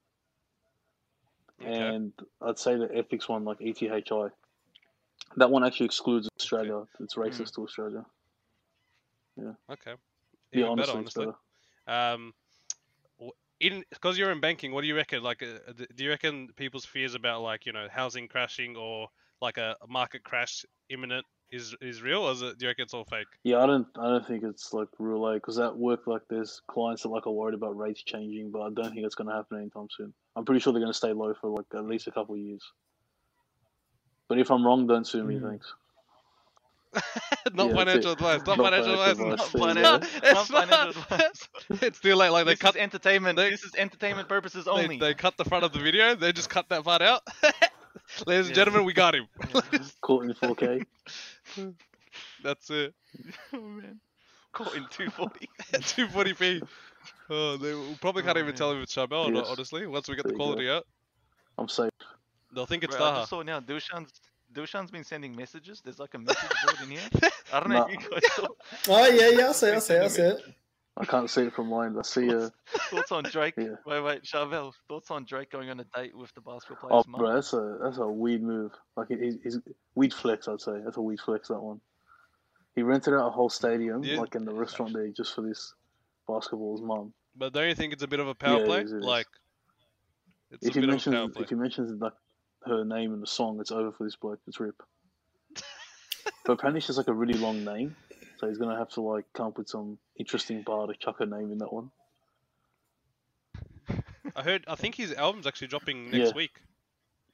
Okay.
and I'd say the ethics one, like E ETHI. That one actually excludes Australia. It's racist to Australia.
Okay.
Yeah,
Hmm. Even
honestly,
better,
it's
honestly.
better.
Um, w- in because you're in banking, what do you reckon? Like, uh, d- do you reckon people's fears about like you know housing crashing or like a a market crash imminent is is real, or is it, do you reckon it's all fake?
Yeah, I don't, I don't think it's like real A because at work, like, there's clients that like are worried about rates changing, but I don't think it's going to happen anytime soon. I'm pretty sure they're going to stay low for like at least a couple of years. But if I'm wrong, don't sue me.
Hmm.
Thanks.
not
Yeah, that's it.
financial advice. Not,
Not
financial
financial
advice.
advice,
Not
there you
financial.
go.
It's
Not
not.
financial advice.
It's still like like they
This
cut
is entertainment.
they-
This is entertainment purposes
they,
only.
they cut the front of the video. They just cut that part out.
Yeah.
Ladies and gentlemen, we got him.
Caught in 4K.
That's it.
oh man, caught in 240.
240p. Oh, they we probably can't
Oh,
even
man.
tell if it's Charbel or not.
Yes.
Honestly, once we get
There
the
you go.
quality out,
I'm safe.
they'll think it's
Bro, I
Taha.
just saw now Dushan's Dushan's been sending messages. There's like a message board in here. I don't know if
Nah.
you guys saw
Oh yeah, yeah. I see, I see, I see it.
I can't see it from mine. I see a.
thoughts on Drake.
Yeah.
Wait, wait, Charvel. Thoughts on Drake going on a date with the basketball
Oh,
player's mum?
bro, that's a that's a weird move. Like he's, he's weird flex, I'd say. That's a weird flex. That one. He rented out a whole stadium,
Yeah.
like in the restaurant there, just for this basketball's mum.
But don't you think it's a bit of a power
Yeah, it
play?
is, it is.
Like, it's
If
a
he
bit of a power
mentions
play.
if he mentions like her name in the song, it's over for this bloke. It's rip. but apparently she's like a really long name, so he's gonna have to like come up with some interesting bar to chuck her name in that one.
I heard. I think his album's actually dropping next
Yeah.
week.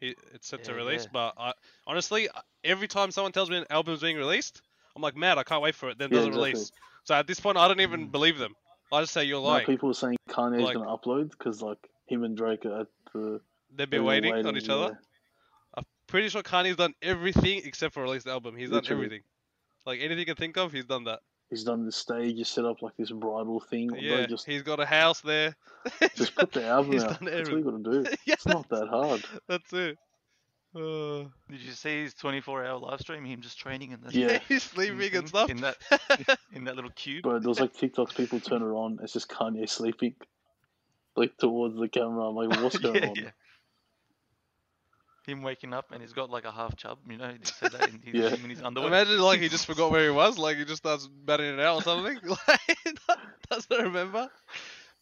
He, it's set to
Yeah,
release,
yeah.
but I, honestly, I- every time someone tells me an album's being released, I'm like, mad. I can't wait for it. Then it
Yeah,
doesn't
exactly. Mm.
release. So at this point, I don't even believe them. I just say you're
Now
lying.
people are saying Kanye's
like-
gonna upload because like him and Drake are at the
They've been
they're
waiting, on each other.
yeah.
Pretty sure Kanye's done everything except for release the album. He's done
Literally.
everything. Like anything you can think of, he's done that.
He's done the stage. He's set up like this bridal thing. bro,
Yeah,
just
he's got a house there.
just put the album
he's
out.
done
That's what you gotta do.
yeah,
It's not that hard.
that's it. Uh,
Did you see his 24-hour live stream? Him just training in the
Yeah.
he's sleeping
Mhm,
and stuff.
in that- in that little cube.
Bro, there was like TikToks people turn it on, it's just Kanye sleeping. Like towards the camera. I'm like, what's going
yeah,
on?
yeah. Him waking up and he's got like a half chub. You know, he just said that in his,
Yeah.
him in his underwear.
Imagine like he just forgot where he was, like he just starts batting it out or something. like doesn't remember.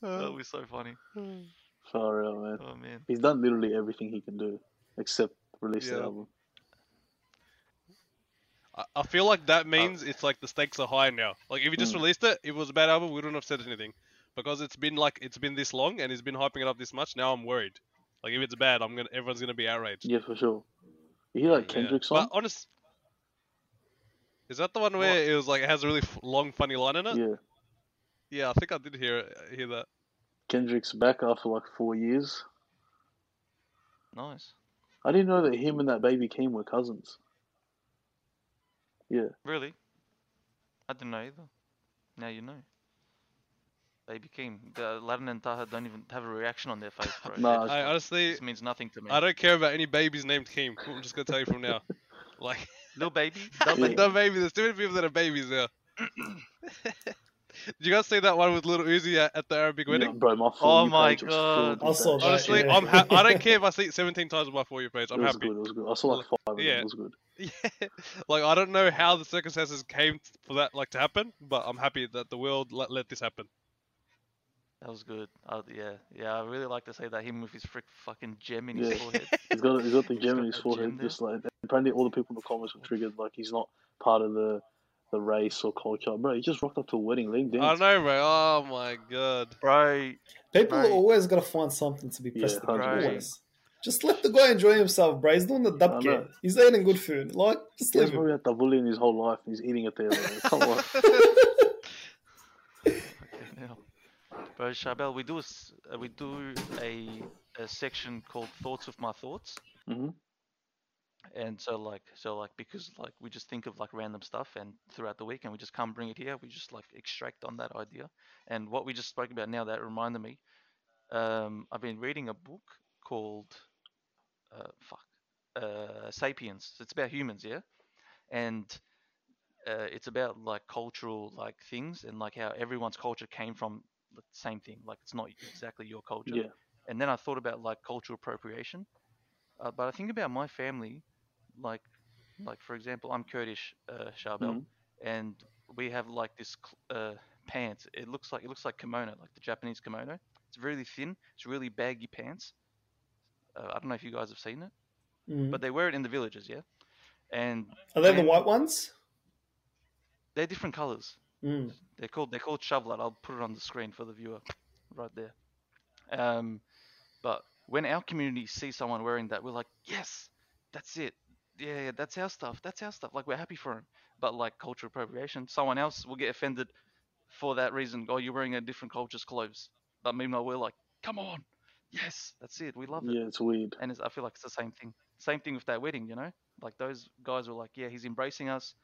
That
Oh,
Uh,
was so funny.
Far out, man.
Oh man.
He's done literally everything he can do except release the
Yeah.
album.
I, I feel like that means it's like the stakes are high now. Like if he just
Mm.
released it, it was a bad album, we wouldn't have said anything. Because it's been like it's been this long and he's been hyping it up this much, now I'm worried. Like if it's bad, I'm gonna everyone's gonna be outraged.
Yeah, for sure. You hear like
Yeah.
Kendrick's
But
song?
honest Is that the one where it was like it has a really f- long funny line in it? Yeah.
Yeah.
I think I did hear it, hear that.
Kendrick's back after like four years.
Nice.
I didn't know that him and that baby Keem were cousins.
Really? I didn't know either. Now you know. Baby Keem. The Latin and Taha don't even have a reaction on their face, bro. They
Nah,
just
I
like,
honestly
this means nothing to me.
I don't care about any babies named Keem. I'm just gonna tell you from now. Like
Little baby, little
Yeah.
baby.
no baby, there's too many people that are babies now. Did you guys see that one with little Uzi at, at the Arabic
Yeah,
wedding?
bro, my
Oh
For You
my
page was
God.
filled with
I saw
that
that,
shit.
Honestly,
yeah.
I'm ha- I don't care if I see it 17 times on my for you page. I'm
It was
happy.
good, it was good. I saw like five of them,
Yeah.
it was good.
Yeah, like I don't know how the circumstances came t- for that like to happen, but I'm happy that the world let, let this happen.
That was good. Uh, yeah, yeah. I really like to say that him with his frick fucking gem in his
Yeah.
forehead.
He's got he's got the
He's
gem
got
in his
that
forehead,
gem there.
just like apparently all the people in the comments were triggered, like he's not part of the the race or culture. Bro, he just rocked up to a wedding, let him
I don't
dance.
know, bro. Oh my god.
Bro,
People
Right.
always got to find something to be
Yeah,
pressed about.
100%.
Always. Just let the guy enjoy himself, bro. He's doing the
I
dub
know.
game. He's eating good food. Like, just
He's
leave him.
probably had tabbouleh in his whole life and he's eating it there. Like, come on.
fucking hell. Bro, Charbel, we do a, s- uh, we do a, a section called Thoughts with My Thoughts.
Mhm.
And so like so like because like we just think of like random stuff and throughout the week and we just can't bring it here. We just like extract on that idea. And what we just spoke about now that reminded me. Um, I've been reading a book called uh, fuck uh, Sapiens. It's about humans, yeah, and uh, it's about like cultural like things and like how everyone's culture came from the same thing. Like it's not exactly your culture
Yeah.
and then I thought about like cultural appropriation. Uh, but I think about my family, like, like for example, I'm Kurdish, uh, Sharbel,
Mhm.
and we have like this cl- uh, pants. It looks like it looks like kimono, like the Japanese kimono. It's really thin. It's really baggy pants. Uh, I don't know if you guys have seen it,
Mm.
but they wear it in the villages, yeah. And
Are they the
when-
white ones?
they're different colors.
Mm.
They're called they're called shavlat. I'll put it on the screen for the viewer, right there. Um, but when our community sees someone wearing that, we're like, yes, that's it. Yeah, yeah, that's our stuff. That's our stuff. Like we're happy for him. But like cultural appropriation, someone else will get offended for that reason. Oh, you're wearing a different culture's clothes. But meanwhile, we're like, come on, yes, that's it. We love it.
Yeah, it's weird.
And it's, I feel like it's the same thing. Same thing with that wedding, you know? Like those guys were like, yeah, he's embracing us.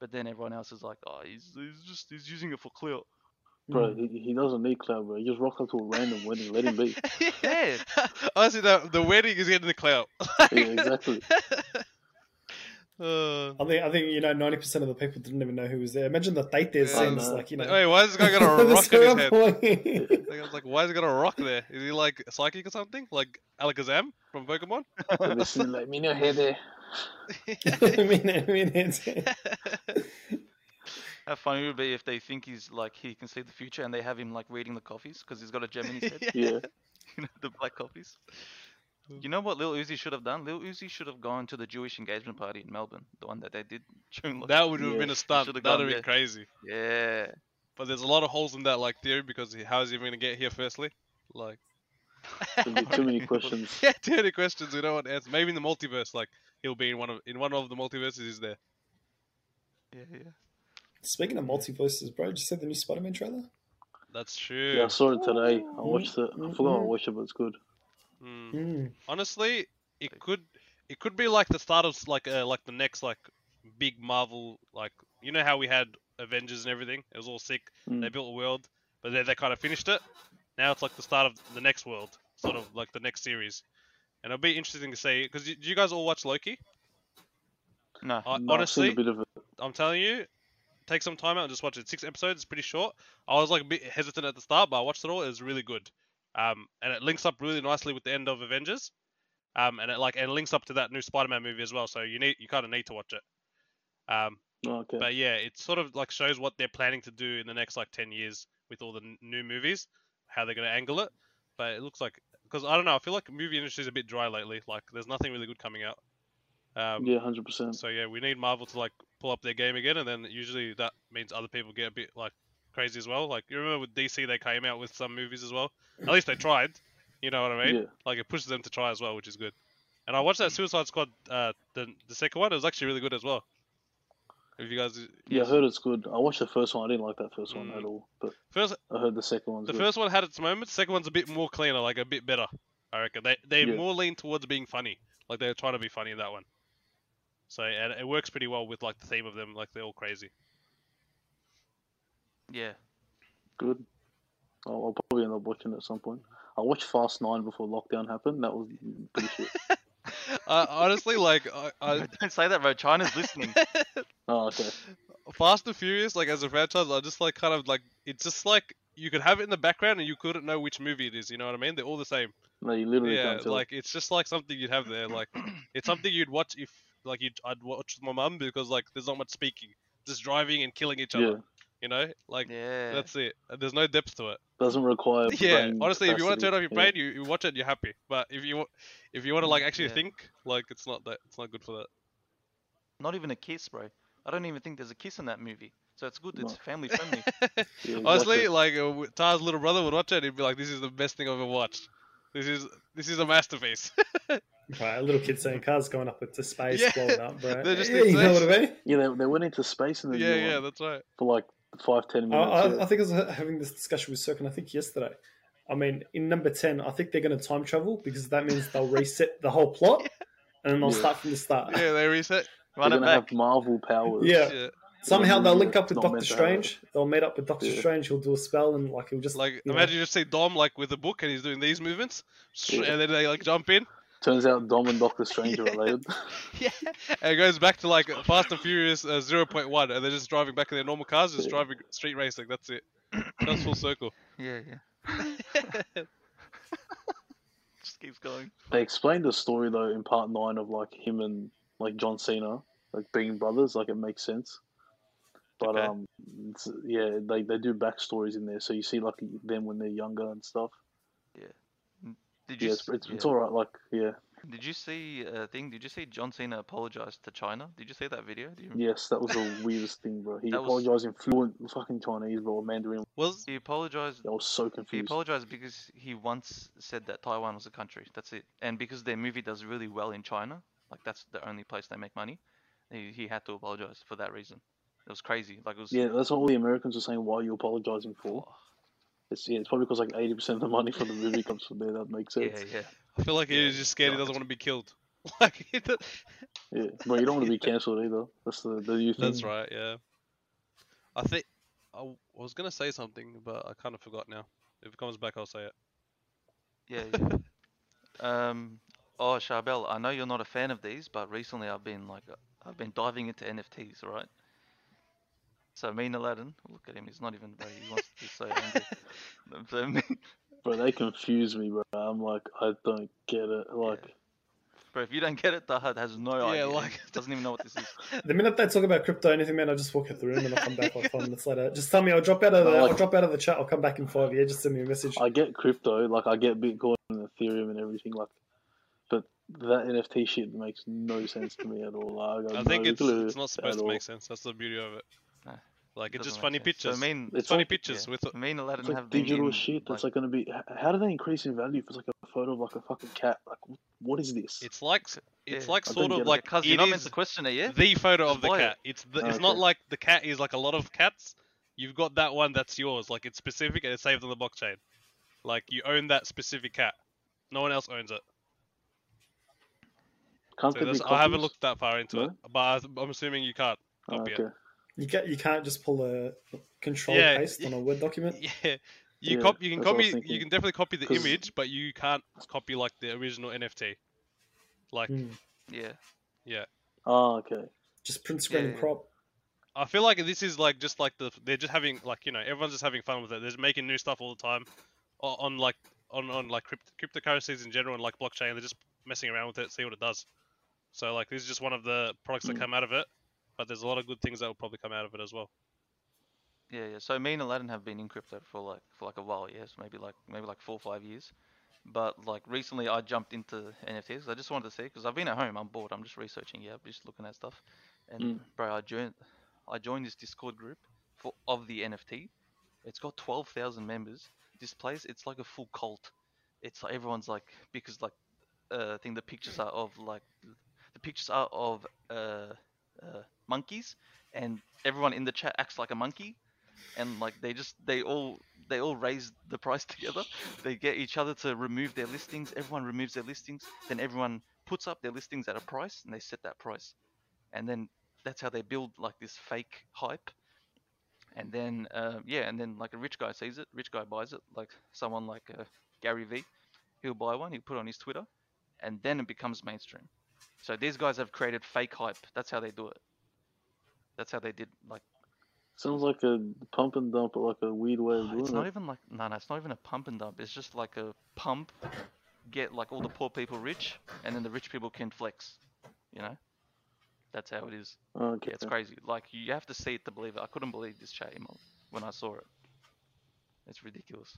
But then everyone else is like, oh, he's, he's just he's using it for clout.
Bro,
Mm.
he, he doesn't need clout, bro. He just rocked up to a random wedding, let him be.
Yeah,
Honestly, the, the wedding is getting the clout.
Yeah, exactly.
Uh,
I think I think you know ninety percent of the people didn't even know who was there. Imagine the date there
Yeah.
seems
I know.
like you know.
Wait, why is this guy got a
the
rock in his head?
ceremony.
Like, I was like, why is he got a rock there? Is he like psychic or something? Like Alakazam from Pokemon?
And this is like, me no hair there.
I mean, I mean, it's-
How funny it would be if they think he's like he can see the future and they have him like reading the coffees because he's got a gem in his head,
Yeah.
you know, the black coffees.
Mm.
You know what Lil Uzi should have done? Lil Uzi should have gone to the Jewish engagement party in Melbourne, the one that they did during lock-
That would have
Yeah.
been a stunt.
Should've
That would
gone
have been
there.
crazy.
Yeah.
But there's a lot of holes in that like theory because he- how is he even gonna get here? Firstly, like
There'd be too many questions.
yeah, too many questions we don't want to answer. Maybe in the multiverse, like he'll be in one of in one of the multiverses. He's there.
Yeah, yeah.
Speaking of multiverses, bro, did you see the new Spider Man trailer?
That's true.
Yeah, I saw it today. I watched it. I
Mm,
forgot I
mm.
watched it, but it's good.
Mm.
Mm.
Honestly, it could it could be like the start of s- like uh, like the next like big Marvel like you know how we had Avengers and everything. It was all sick. They
Mm.
built a world, but then they kind of finished it. Now it's like the start of the next world, sort of like the next series. And it'll be interesting to see because do you guys all watch Loki?
No.
I,
No, I've seen
honestly,
a bit of it.
I'm telling you, take some time out and just watch it. Six episodes, it's pretty short. I was like a bit hesitant at the start, but I watched it all. It was really good, um, and it links up really nicely with the end of Avengers, um, and it like and it links up to that new Spider-Man movie as well. So you need you kind of need to watch it. Um,
Oh, okay.
but yeah, it sort of like shows what they're planning to do in the next like ten years with all the n- new movies, how they're gonna angle it. But it looks like because I don't know, I feel like the movie industry's a bit dry lately. Like there's nothing really good coming out. Um,
yeah, hundred percent.
so yeah, we need Marvel to like pull up their game again, and then usually that means other people get a bit like crazy as well. Like you remember with DC, they came out with some movies as well. At least they tried. You know what I mean?
Yeah.
Like it pushes them to try as well, which is good. And I watched that Suicide Squad, uh, the the second one. It was actually really good as well. If you guys,
Yeah, I heard it's good. I watched the first one. I didn't like that first one
Mm.
at all, but
first
I heard the second one's
the
good.
first one had its moments. Second one's a bit more cleaner, like a bit better. I reckon they they
Yeah.
more lean towards being funny. Like they're trying to be funny in that one. So and it works pretty well with like the theme of them. Like they're all crazy.
Yeah.
Good. I'll, I'll probably end up watching it at some point. I watched Fast Nine before lockdown happened. That was pretty shit.
uh, honestly, like I, I,
Don't say that, bro. China's listening.
Oh, okay.
Fast and Furious, like as a franchise, I just like kind of like it's just like you could have it in the background and you couldn't know which movie it is. You know what I mean? They're all the same.
No, you literally
yeah,
can't tell.
like it's just like something you'd have there. Like it's something you'd watch if like you'd I'd watch with my mum because like there's not much speaking, just driving and killing each other.
yeah,
You know, like
yeah.
that's it. There's no depth to it.
doesn't require.
yeah,
brain
honestly, if you want to turn off
capacity.
your brain, you, you watch it, and you're happy. But if you wa- if you want to like actually
Yeah.
think, like it's not that it's not good for that.
Not even a kiss, bro. I don't even think there's a kiss in that movie. So it's good. It's
No.
family friendly.
Yeah, yeah,
Honestly,
exactly.
like uh, w- Tar's little brother would watch it, and he'd be like, "This is the best thing I've ever watched. This is this is a masterpiece."
Right, a little kid saying cars going up into space,
Yeah,
blowing up, bro.
they're just
yeah, you know
insane.
what I mean?
yeah, they, they went into space in the
yeah,
new
yeah,
one
that's right.
for like five ten
I,
minutes. yeah.
I, I think I was having this discussion with Cirque, and I think yesterday. I mean, in number 10, I think they're going to time travel because that means they'll reset the whole plot and they'll
Yeah.
start from the start.
Yeah, they reset.
Run
They're
it
gonna have
back.
Marvel powers.
Yeah.
Yeah,
Somehow they'll link
Yeah,
up with
not
Doctor
meant to happen.
Strange. They'll meet up with Doctor
Yeah.
Strange. He'll do a spell and like he'll just
like
you know,
imagine you just see Dom like with a book, and he's doing these movements, sh-
Yeah.
and then they like jump in,
Turns out Dom and Doctor Strange are related.
and it goes back to like Fast and Furious uh, 0.1, and they're just driving back in their normal cars, just
Yeah.
driving street racing. That's it. That's full circle.
Yeah, yeah. Just keeps going.
they explained the story though in part nine of like him and like John Cena like being brothers. Like it makes sense. But
Okay.
um, it's, yeah, they they do backstories in there, so you see like them when they're younger and stuff.
Did you?
Yeah, it's,
s-
it's,
yeah.
it's all right. Like yeah,
Did you see a thing? Did you see John Cena apologize to China? Did you see that video? Do you remember?
yes, that was the weirdest thing, bro. He
Hmm. That was-
apologized in fluent fucking Chinese, bro, Mandarin.
Was
He apologized.
I was so
He
confused.
apologized because he once said that Taiwan was a country. That's it. And because their movie does really well in China, like that's the only place they make money. He, he had to apologize for that reason. It was crazy. Like it was.
Yeah, that's what all the Americans were saying. Why are you apologizing for?
Oh,
It's yeah, it's probably because like eighty percent of the money from the movie comes from there. That makes
yeah,
sense.
yeah.
I feel like he
Yeah,
was just scared he
God.
doesn't want to be killed. Like he d-
Yeah, but you don't want to be cancelled either. That's the, the new thing.
That's right. Yeah. I think I w- I was gonna say something, but I kind of forgot now. If it comes back, I'll say it.
Yeah, yeah. um, oh, Charbel, I know you're not a fan of these, but recently I've been like, uh, I've been diving into NFTs, right? So me and Aladdin, look at him, he's not even, very- he wants to be so angry. Um, So me,
Bro, they confuse me, bro. I'm like, I don't get it. Like,
Bro, if you don't get it, Dahad has no idea.
like-
doesn't even know what this is.
The minute they talk about crypto or anything, man, I just walk out the room and I'll come back like five minutes later. Just tell me I'll drop out of the
I like-
I'll drop out of the chat. I'll come back in five. Yeah, just send me a message.
I get crypto, like I get Bitcoin and Ethereum and everything, like, but that NFT shit makes no sense to me at all. Like, got
I think
Uh, no
it's
clue
it's not
at
supposed to
all.
make sense. That's the beauty of it.
Nah,
Like it's
Doesn't
just
make
funny
sense.
pictures.
So, I mean,
it's
It's
funny
all-
pictures
yeah.
with
me and Aladdin
It's like
have been
digital
in,
shit that's
like,
like, going to be. h- How do they increase in value if it's like a photo of like a fucking cat? Like, wh- what is this?
it's like s- it's
Yeah.
like
I
sort
don't
of
get it.
like
because you're
it
not meant
is
to question it, yeah?
the photo of the
Spoil it.
cat. It's the, it's
Oh,
not
okay.
like the cat is like a lot of cats. You've got that one that's yours. Like it's specific and it's saved on the blockchain. Like you own that specific cat. No one else owns it.
Can't
So
there be
that's- I haven't
copies?
looked that far into
No?
it, but I, am assuming you can't.
Oh,
copy it.
okay.
You can't you can't just pull a control
Yeah.
paste on a word document.
Yeah, you
Yeah,
cop- you can
that's what I
copy
was
you
thinking.
can definitely copy the
'Cause-
image, but you can't copy like the original NFT. Like
Mm.
Yeah.
Oh, okay.
Just print screen and
Yeah.
crop.
I feel like this is like just like the they're just having like you know everyone's just having fun with it. They're just making new stuff all the time, o- on like on on like crypt- cryptocurrencies in general and like blockchain. They're just messing around with it, see what it does. So like this is just one of the products that
Mm.
come out of it, but there's a lot of good things that will probably come out of it as well.
Yeah, yeah. So me and Aladdin have been in crypto for like for like a while, yes, maybe like maybe like four or five years. But like recently, I jumped into NFTs. I just wanted to see because I've been at home. I'm bored. I'm just researching. Yeah, I'm just looking at stuff. And bro, I joined I joined this Discord group for of the NFT. It's got twelve thousand members. This place, it's like a full cult. It's like everyone's like because like uh, I think the pictures are of like the pictures are of uh, uh, monkeys, and everyone in the chat acts like a monkey and like they just they all they all raise the price together. They get each other to remove their listings. Everyone removes their listings. Then everyone puts up their listings at a price, and they set that price. And then that's how they build like this fake hype. And then uh, yeah, and then like a rich guy sees it, rich guy buys it. Like someone like uh, Gary V, he'll buy one. He'll put it on his Twitter, and then it becomes mainstream. So these guys have created fake hype. That's how they do it. That's how they did like.
Sounds like a pump and dump, but like a weird way
Ah,
of
Oh, It's
doing
not
it.
even like no, no. It's not even a pump and dump. It's just like a pump, get like all the poor people rich, and then the rich people can flex. You know, that's how it is.
Ah, Okay.
Yeah, it's crazy. Like you have to see it to believe it. I couldn't believe this chat email when I saw it. It's ridiculous.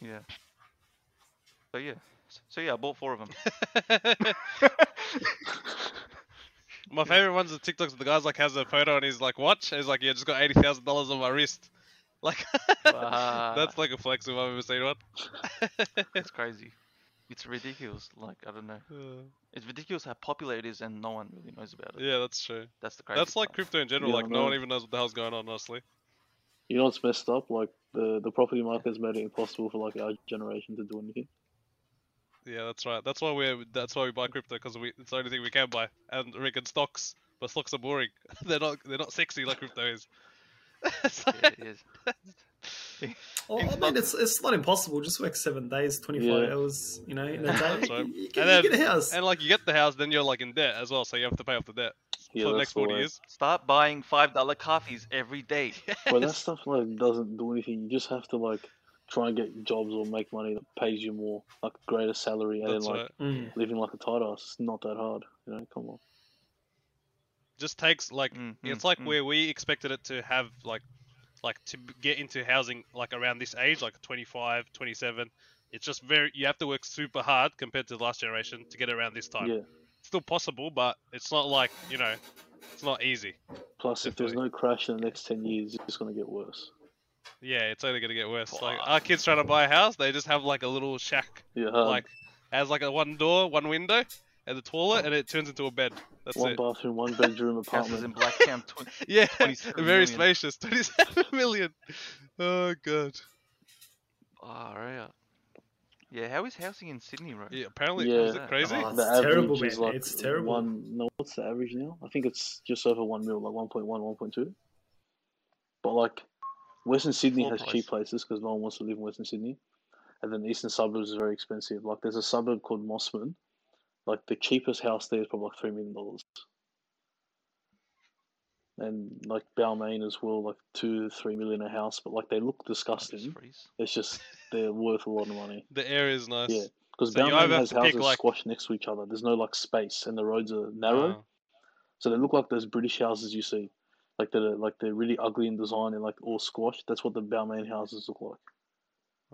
Yeah. So yeah. S- So yeah, I bought four of them.
My favorite ones are TikToks. where The guy's like has a photo on his like watch. And he's like, yeah, just got eighty thousand dollars on my wrist. Like
Ah.
that's like a flex if I've ever seen one.
uh, It's crazy. It's ridiculous. Like I don't know. It's ridiculous how popular it is, and no one really knows about it.
yeah, that's true.
That's the crazy.
That's like
part.
crypto in general.
Yeah,
like
I
no
know.
one even knows what the hell's going on. Honestly,
You know what's messed up? Like the the property market's made it impossible for like our generation to do anything.
yeah, that's right. That's why we that's why we buy crypto because we it's the only thing we can buy. And reckon stocks, but stocks are boring. they're not they're not sexy like crypto is. So-
Yeah, it is.
Oh, I mean, it's it's not impossible. Just work seven days, twenty five
Yeah.
hours. You know, in a day,
That's right.
you, you can,
And
you get a house.
and like you get the house, then you're like in debt as well, so you have to pay off the debt
Yeah,
for the
that's
next
the
forty
way.
years.
Start buying five dollar coffees every day.
But that stuff like doesn't do anything. You just have to like try and get jobs or make money that pays you more, like a greater salary, and
That's
then like
right.
Mm.
living like a tight ass. It's not that hard. You know, come on.
just takes like
Mm,
it's
mm,
like
mm.
where we expected it to have like like to b- get into housing like around this age like 25 27 it's just very you have to work super hard compared to the last generation to get around this time
Yeah.
it's still possible but it's not like you know it's not easy
Plus, if there's no crash in the next ten years, it's just gonna get worse.
yeah it's only gonna get worse like
Fuck. Um.
our kids trying to buy a house they just have like a little shack
Yeah, um,
like has like a one door one window and the toilet and it turns into a bed that's
one
it
bathroom, one bedroom
Mm-hmm. Houses in
apartment.
Blacktown. Tw-
yeah
27 million.
very spacious 27 million oh god
oh, right. Yeah, how is housing in Sydney, right?
Yeah, apparently,
Yeah.
is it crazy?
Oh,
the
it's terrible,
average is
man.
like
It's terrible.
One, no, what's the average now? I think it's just over one mil, like 1.1, 1.2. But like, Western Sydney
Floor
has cheap places because no one wants to live in Western Sydney, and then the eastern suburbs is very expensive. Like, there's a suburb called Mossman. Like the cheapest house there is probably like three million dollars, and like Balmain as well, like two, three million a house. But like they look
I just
disgusting.
freeze.
It's just they're worth a lot of money.
The air is nice.
Yeah. Because
So you
Balmain
either have
has
to pick,
houses
like-
squashed next to each other. There's no like space, and the roads are narrow,
Uh,
so they look like those British houses you see, like that are like they're really ugly in design and like all squashed. That's what the Balmain houses look like.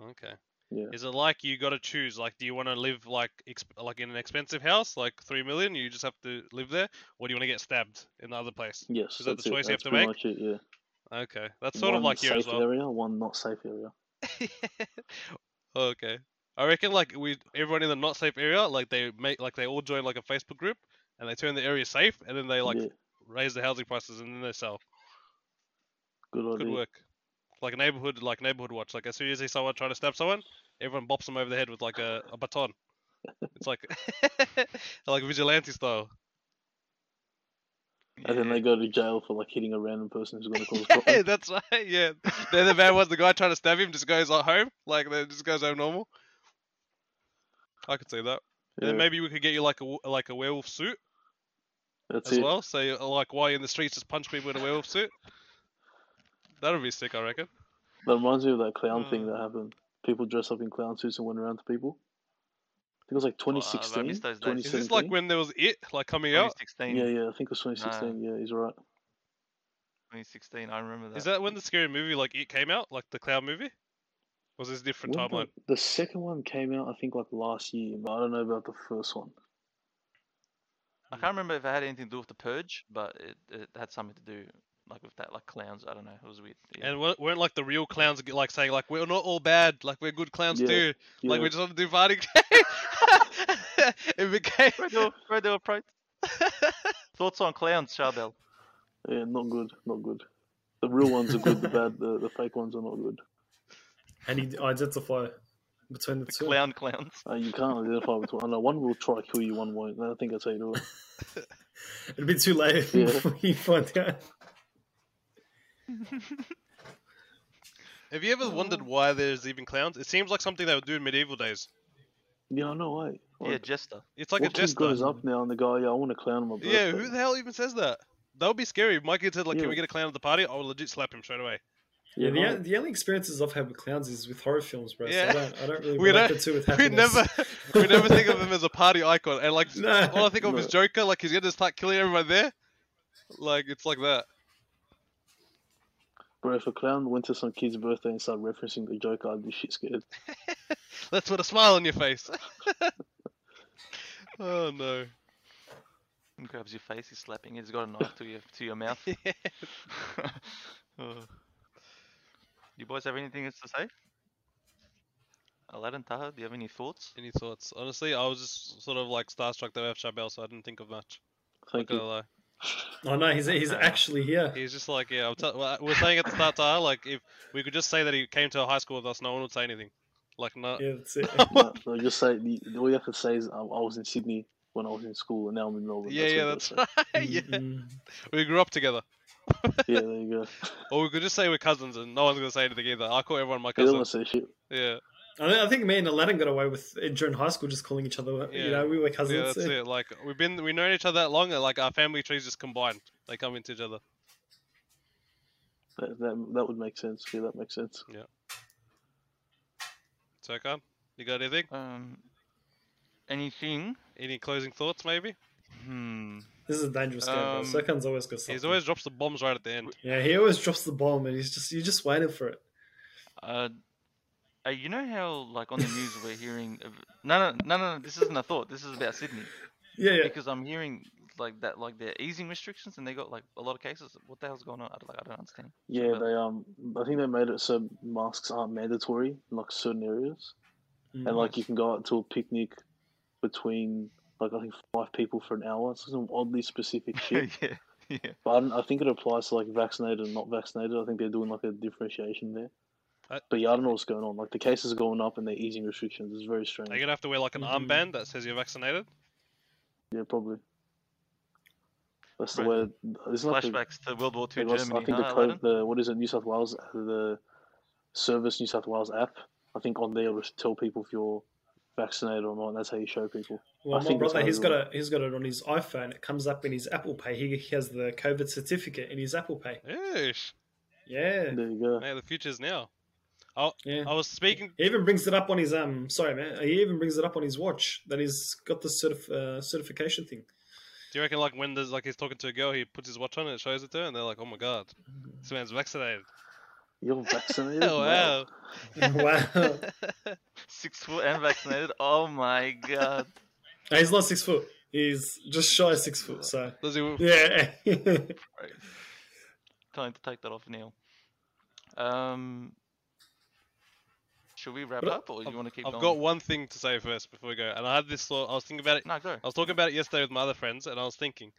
Oh, Okay.
Yeah.
Is it like you got to choose? Like, do you want to live like exp- like in an expensive house, like three million? You just have to live there, or do you want to get stabbed in the other place?
Yes,
Is that the
that's it.
choice you
That's
have to
pretty
make?
much it, yeah.
Okay, that's sort of
One
like here as
safe
well.
area, one not safe area.
okay, I reckon like we everyone in the not safe area, like they make like they all join like a Facebook group and they turn the area safe, and then they like
yeah,
raise the housing prices and then they sell.
good
Good
idea.
work. Like a neighborhood, like neighborhood watch. Like as soon as they see someone trying to stab someone, everyone bops them over the head with like a, a baton. It's like like vigilante style.
And then
Yeah.
they go to jail for like hitting a random person who's going to cause
Yeah,
problems.
that's right. Yeah, they're the man was the guy trying to stab him just goes like, home, like they just goes home normal. I could see that. And
Yeah,
then maybe we could get you like a w- like a werewolf suit
that's
as
it.
well. So you're, like while you're in the streets, just punch people in a werewolf suit. That would be sick, I reckon.
That reminds me of that clown thing
Uh.
that happened. People dress up in clown suits and went around to people. I think it was like
I
uh,
missed
2016.
those days.
Is this like
2017?
when there was it like coming out?
2016.
Yeah, yeah, I think it was 2016. Yeah, he's right.
2016. I remember that.
Is that when the scary movie like it came out, like the clown movie? Was this a different
When
timeline?
The, the second one came out, I think, like last year, but I don't know about the first one.
I can't remember if it had anything to do with the purge, but it, it had something to do like with that, like clowns. I don't know. It was weird. Yeah.
And weren't, weren't like the real clowns g- like saying like we're not all bad, like we're good clowns
Yeah,
too,
Yeah,
like we just want to do party. it became
radio, radio approach. Thoughts on clowns, Charbel?
yeah, not good, not good. The real ones are good, the bad, the, the fake ones are not good.
How do you identify between the,
The
two?
clown clowns.
Uh, you can't identify between. I know one will try to kill you, one won't. I think that's how you do it.
It'd be too late
Yeah.
before you find out.
Have you ever
Oh.
wondered why there's even clowns? It seems like something they would do in medieval days.
Yeah, eh? no way.
Yeah, jester.
It's like
what
a
kid
jester.
grows up now and the guy, yeah, I want to clown on my birthday.
Yeah, who the hell even says that? That would be scary. If my kid said like, "Can
Yeah.
we get a clown at the party?" I would legit slap him straight away.
Yeah, the,
right.
the only experiences I've had with clowns is with horror films, bro.
Yeah.
So I don't, I don't really
We
relate
don't-
the two with
We
happiness.
never, we never think of him as a party icon, and like
No.
all I think of is
No.
Joker. Like he's gonna start killing everyone there. Like it's like that.
Bro, if a clown went to some kid's birthday and started referencing the Joker, I'd be shit scared.
Let's put a smile on your face. oh no.
He grabs your face. He's slapping. it. He's got a knife to your to your mouth. Oh. You boys have anything else to say? Aladdin Taha, do you have any thoughts?
Any thoughts? Honestly, I was just sort of like starstruck that we have Chabelle, so I didn't think of much. Not
Thank
gonna
you.
lie.
Oh no, he's he's actually here.
He's just like, yeah, I'm tell- well, we're saying at the start, Taha, like, if we could just say that he came to a high school with us, no one would say anything. Like, no.
Yeah, that's it.
no, no, just say the, all you have to say is um, I was in Sydney when I was in school, and now I'm in Melbourne.
Yeah, yeah,
all you
that's
gotta
right. yeah.
Mm,
We grew up together.
say. yeah. There you go.
Or we could just say we're cousins and no one's going to say anything either. I call everyone my
He doesn't
cousin.
want to say shit.
Yeah.
I, don't- I think me and Aladdin got away with uh, during high school just calling each other.
Yeah.
You know, we were
Yeah,
cousins. Eh,
that's it. Like, we've been, we've known each other that long, and like, our family trees just combined. They come into each other.
That, that that would make sense. Yeah, that makes sense.
So, Khan, you got anything?
Um, anything?
Any closing thoughts, maybe?
Hmm.
This is a dangerous game. bro.
Um,
Second's always got something.
He's always drops the bombs right at the end.
Yeah, he always drops the bomb, and he's just you're just waiting for it.
Uh, uh, you know how like on the news we're hearing? of- No, no, no, no. no, This isn't a thought. This is about Sydney
Yeah, yeah.
because I'm hearing like that, like they're easing restrictions and they got like a lot of cases. What the hell's going on? I, like I don't understand.
Yeah,
but-
they um, I think they made it so masks aren't mandatory in like certain areas, and like you can go out to a picnic between like I think five people for an hour. It's some oddly specific shit.
yeah, yeah.
But I, don't- I think it applies to like vaccinated and not vaccinated. I think they're doing like a differentiation there.
I-
but yeah, I don't know what's going on. Like the cases are going up and they're easing restrictions. It's very strange.
Are you going to have to wear like an
Mm-hmm.
Mhm.
armband that says you're vaccinated?
Yeah, probably. That's the
Right.
way. It's not the,
Flashbacks to World War Two
like, what's-
Germany.
I think the,
huh,
co-
Aladdin?
the what is it? New South Wales, the Service New South Wales app. I think on there it'll just tell people if you're vaccinated or not. And that's how you show people.
Well,
I
my
think that's
brother,
how
he's
it
got a he's got it on his iPhone. It comes up in his Apple Pay. He, he has the COVID certificate in his Apple Pay.
Eesh.
Yeah.
There you go.
Man, the future's now.
Yeah.
I was speaking.
He even brings it up on his um. Sorry, man. He even brings it up on his watch that he's got the certif- uh, certification thing.
Do you reckon like when there's like he's talking to a girl, he puts his watch on and it shows it to her, and they're like, "Oh my god, this man's vaccinated."
You're vaccinated.
Oh wow.
wow.
Six foot and vaccinated. oh my god.
No, he's not six foot. He's just shy of six foot. So
Does he?
yeah.
Right. Time to take that off, Neil. Um, should we wrap
But I-
up, or do you want to keep
I've
going?
got one thing to say first before we go, and I had this thought. I was thinking about it.
No, go.
I was talking about it yesterday with my other friends, and I was thinking,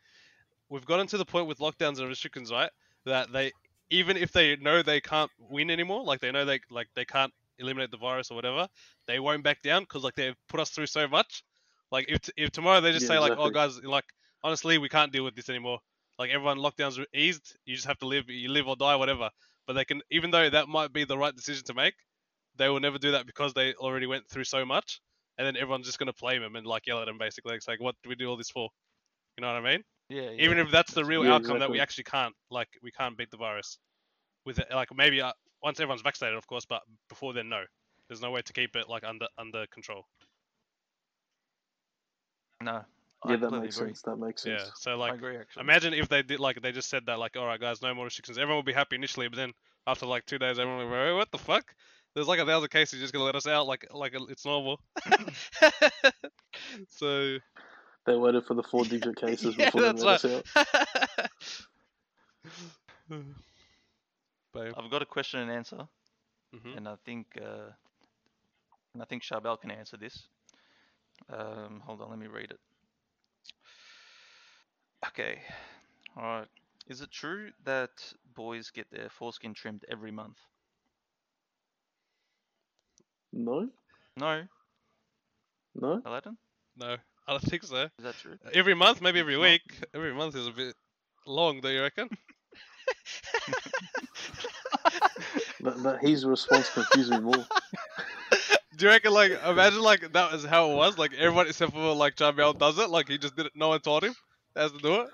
we've gotten to the point with lockdowns and restrictions, right? That they, even if they know they can't win anymore, like they know they like they can't eliminate the virus or whatever, they won't back down because like they've put us through so much. Like if t- if tomorrow they just
Yeah,
say like, oh
exactly.
guys, like honestly we can't deal with this anymore. Like everyone lockdowns are eased, you just have to live, you live or die, whatever. But they can, even though that might be the right decision to make, they will never do that because they already went through so much and then everyone's just gonna blame him and like yell at him basically. It's like, what do we do all this for? You know what I mean?
Yeah, yeah.
Even if that's the real
Yeah,
outcome that we
exactly.
actually can't, like, we can't beat the virus. With it, like maybe uh, once everyone's vaccinated, of course, but before then, no. There's no way to keep it like under under control.
no, I
Yeah, that
completely
makes
agree.
sense. That makes sense.
Yeah. So
I
like,
agree actually.
imagine if they did like they just said that like, all right, guys, no more restrictions. Everyone will be happy initially, but then after like two days, everyone will be, "Wait, what the fuck? There's like a thousand cases. You're just gonna let us out like like it's normal. so
They waited for the four-digit cases
Yeah,
before they
that's
let us out.
Babe.
I've got a question and answer,
Mhm.
and I think uh, and I think Charbel can answer this. Um, hold on, let me read it. Okay, all right. Is it true that boys get their foreskin trimmed every month?
No,
No,
no.
Aladdin,
No, I don't think so.
is that true?
Every month, maybe every
It's not-
week. Every month is a bit long, do you reckon?
That, that his response confused me more.
Do you reckon, like, imagine, like, that was how it was? Like, everyone except for, like, Jamel does it. Like, he just did it. No one taught him. Has to do it.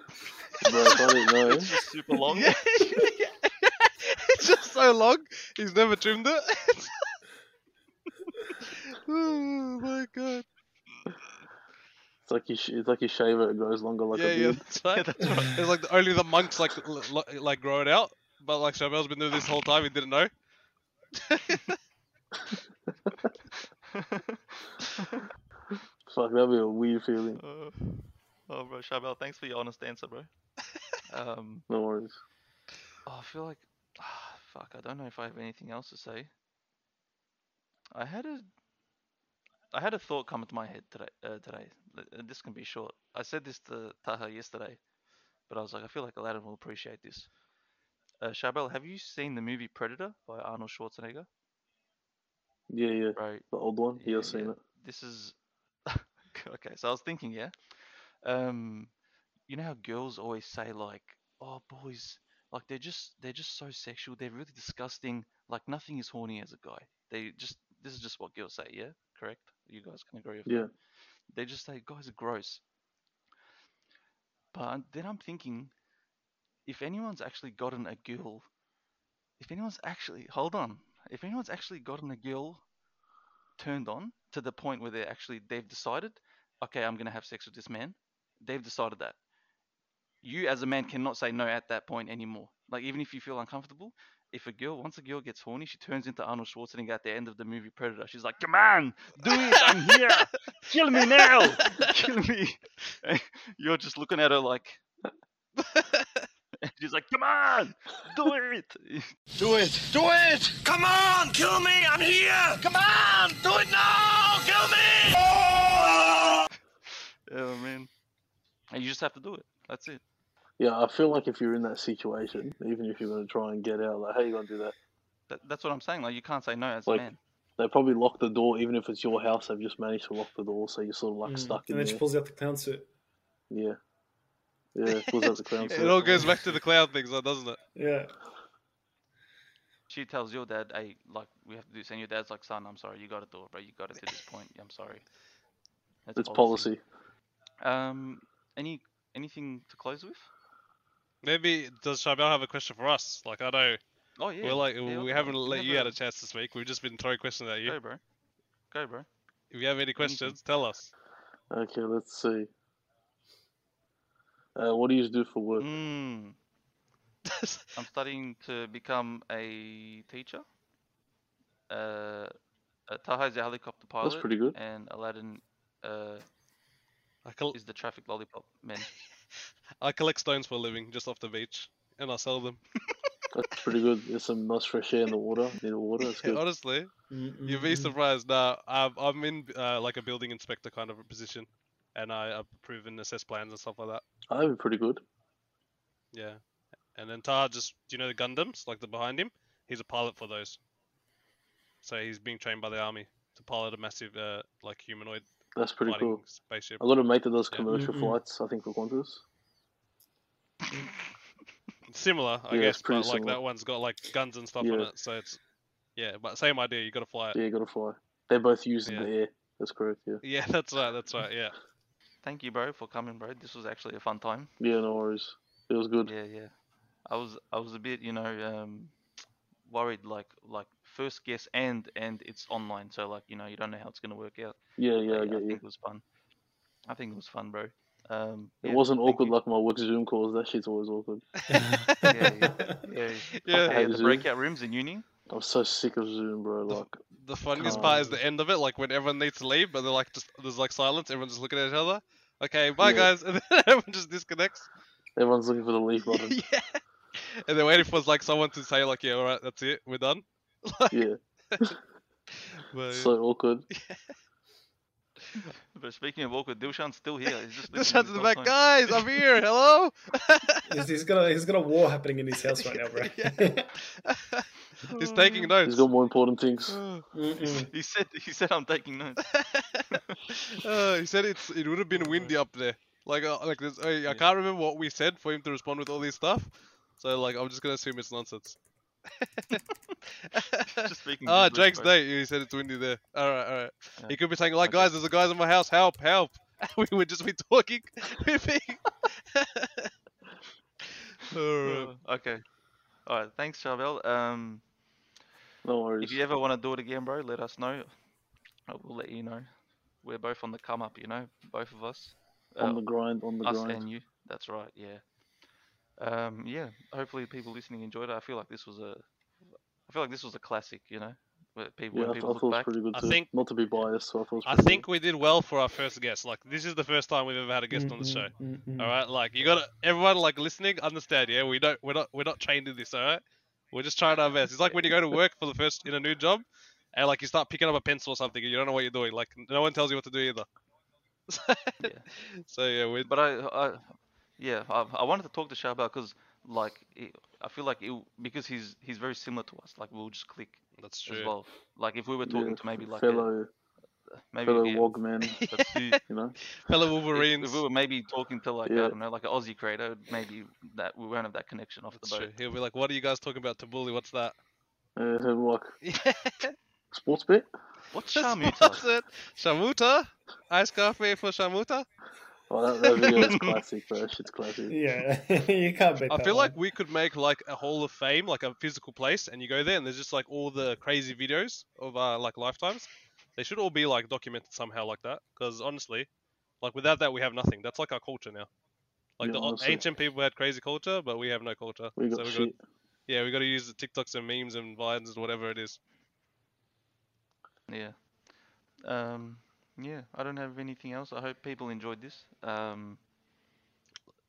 Bro, if I didn't know.
Super long.
Yeah. it's just so long. He's never trimmed it. oh, my God.
It's like you, sh- it's like you shave it, it grows longer like
yeah,
a
yeah,
beard.
that's right. It's like the, only the monks like l- l- like grow it out, but like Chamel's been doing this whole time. He didn't know.
Fuck, that'd be a weird feeling.
Uh, oh, bro, Charbel, thanks for your honest answer, bro. Um,
No worries.
oh, I feel like, ah, fuck, I don't know if I have anything else to say. I had a, I had a thought come into my head today. Uh, today, Th- uh, this can be short. I said this to Taha yesterday, but I was like, I feel like Aladdin will appreciate this. Uh, Charbel, have you seen the movie Predator by Arnold Schwarzenegger?
Yeah, yeah.
Right.
The old one. Yeah,
Yeah,
I've seen
yeah.
it.
this is okay so i was thinking yeah um you know how girls always say like oh boys like they're just they're just so sexual they're really disgusting like nothing is horny as a guy they just this is just what girls say yeah correct you guys can agree with
Yeah.
that they just say guys are gross but then i'm thinking if anyone's actually gotten a girl if anyone's actually hold on if anyone's actually gotten a girl turned on to the point where they actually they've decided, okay, I'm gonna have sex with this man. They've decided that. You as a man cannot say no at that point anymore. Like even if you feel uncomfortable, if a girl once a girl gets horny, she turns into Arnold Schwarzenegger at the end of the movie Predator. She's like, "Come on, do it! I'm here. Kill me now! Kill me!" And You're just looking at her like. She's like, "Come on, do it!"
Do it. Do it. Come on. Kill me. I'm here. Come on. Do it now. Kill me.
oh man, and you just have to do it. That's it.
Yeah, I feel like if you're in that situation, even if you're gonna try and get out, like how you gonna do that?
That, that's what I'm saying. Like you can't say no as
Like,
a man.
They probably lock the door, even if it's your house. They've just managed to lock the door, so you're sort of like
Mm.
stuck in
and
there.
then she pulls out the clown suit.
Yeah, yeah. Pulls out the crown.
It all goes back to the cloud things, though, doesn't it?
Yeah.
She tells your dad, "Hey, like we have to do this," and your dad's like, "Son, I'm sorry, you got to do it, bro. You got it to this point. I'm sorry." That's
It's policy.
Um, any anything to close with?
Maybe does Chabel have a question for us? Like I know
Oh yeah.
We're like,
yeah,
we
what the
haven't
fuck?
let you
Never-
out a chance this week. We've just been throwing questions at you.
Go, bro. Go, bro.
If you have any questions, tell us.
Okay, let's see. Uh, what do you do for work?
Mm. I'm studying to become a teacher. Uh, uh Taha's a helicopter pilot.
That's pretty good.
And Aladdin uh,
I, col-
is the traffic lollipop man.
I collect stones for a living, just off the beach, and I sell them.
That's pretty good. There's some nice fresh air in the water. Near the water, that's good.
Honestly, You'd
Mm-hmm.
be surprised. Nah, I'm, I'm in uh, like a building inspector kind of a position, and I approve and assess plans and stuff like that.
That'd be pretty good.
Yeah. And then Tar just, do you know the Gundams, like the behind him? He's a pilot for those. So he's being trained by the army to pilot a massive, uh, like humanoid
That's pretty
fighting
cool.
spaceship.
I got a mate that does
Yeah.
commercial
Mm-mm.
flights. I think for Qantas.
Similar, I
Yeah, it's
guess, but
pretty
like
similar.
that one's got like guns and stuff on
Yeah.
it. So it's, yeah, but same idea. You got to fly it.
Yeah, you gotta fly. They're both used in
Yeah.
the air. That's correct. Yeah.
Yeah, that's right. That's right. Yeah.
Thank you, bro, for coming, bro. This was actually a fun time.
Yeah, no worries. It was good.
Yeah, yeah. I was I was a bit, you know, um, worried like like first guess and and it's online, so like you know you don't know how it's gonna work out.
Yeah, yeah,
But
I
I
get
think
you.
it was fun. I think it was fun, bro. Um,
It
yeah,
wasn't
thank
awkward
you.
like my work Zoom calls. That shit's always awkward.
yeah,
Yeah.
yeah,
hate
the
Zoom.
breakout rooms in uni.
I'm so sick of Zoom, bro.
The-
Like,
The funniest part is
God.
the end of it, like when everyone needs to leave, but they're like just there's like silence, everyone's just looking at each other. Okay, bye
Yeah.
guys, and then everyone just disconnects.
everyone's looking for the leave button.
yeah, and they're waiting for like someone to say like, yeah, all right, that's it, we're done.
yeah,
But,
so awkward.
But speaking of awkward, Dilshan's still here. He's just
this
listening
to
this whole
the back,
time.
guys, I'm here. Hello.
He's, he's got a he's got a war happening in his house right now, bro.
He's taking
He's
notes.
got more important things.
Mm-mm.
He said he said I'm taking notes.
Uh, he said it's it would have
Oh,
been windy up there. Like uh, like there's, I, I can't remember what we said for him to respond with all this stuff. So like I'm just gonna assume it's nonsense.
just speaking.
Ah,
gibberish,
Jake's
bro.
day. He said it's windy there. All right, all right.
Yeah.
He could be saying like,
Okay.
guys, there's a guys in my house. Help, help. we would just be talking. We'd be- all right.
Uh, okay. All right. Thanks, Charvel. Um,
No worries.
if you ever want to do it again, bro, let us know. I will let you know. We're both on the come up, you know, both of us. Uh,
on the grind, on the
us
grind.
and you. That's right. Yeah. Um, yeah. Hopefully, people listening enjoyed it. I feel like this was a, I feel like this was a classic. You know, where people
yeah, I,
when
I
people
thought
look
it was
back.
pretty good
I
too.
think-
Not to be biased, so I thought it was
I
pretty
think we did well for our first guest. Like this is the first time we've ever had a guest on the
Mm-hmm.
show.
Mm.
Mm-mm.
All right, like you got to everyone like listening, understand. Yeah, we don't, we're not, we're not trained in this. All right, we're just trying our best. It's like when you go to work for the first in a new job, and like you start picking up a pencil or something, and you don't know what you're doing. Like no one tells you what to do either.
Yeah.
So yeah, we're
But I, I yeah, I, I wanted to talk to Shah because like it, I feel like it because he's he's very similar to us. Like we'll just click
that's
as
true.
well. Like if we were
good.
talking
Yeah,
to maybe like a,
fellow
maybe
fellow
yeah,
Wogman,
that's the-
you know.
Fellow
if,
Wolverines.
if we were maybe talking to like
Yeah.
I don't know like an Aussie creator, maybe that we won't have that connection off
That's
the
true.
boat.
He'll be like, "What are you guys talking about, Tabuli? What's that?"
Uh, so, like
That's
sports bet.
What's
what's
Shamuta?
it. Shamuta, ice coffee for Shamuta.
Oh, that, that video is classic, bro. That shit's classic.
Yeah, you can't bet.
I
that
feel
one.
like we could make like a hall of fame, like a physical place, and you go there, and there's just like all the crazy videos of uh, like lifetimes. They should all be like documented somehow, like that. Because honestly, like without that, we have nothing. That's like our culture now. Like
Yeah,
the o-
honestly.
ancient people had crazy culture, but we have no culture.
We
so
got
we
shit.
gotta, yeah, we got to use the TikToks and memes and vines and whatever it is.
Yeah. Um. Yeah. I don't have anything else. I hope people enjoyed this. Um.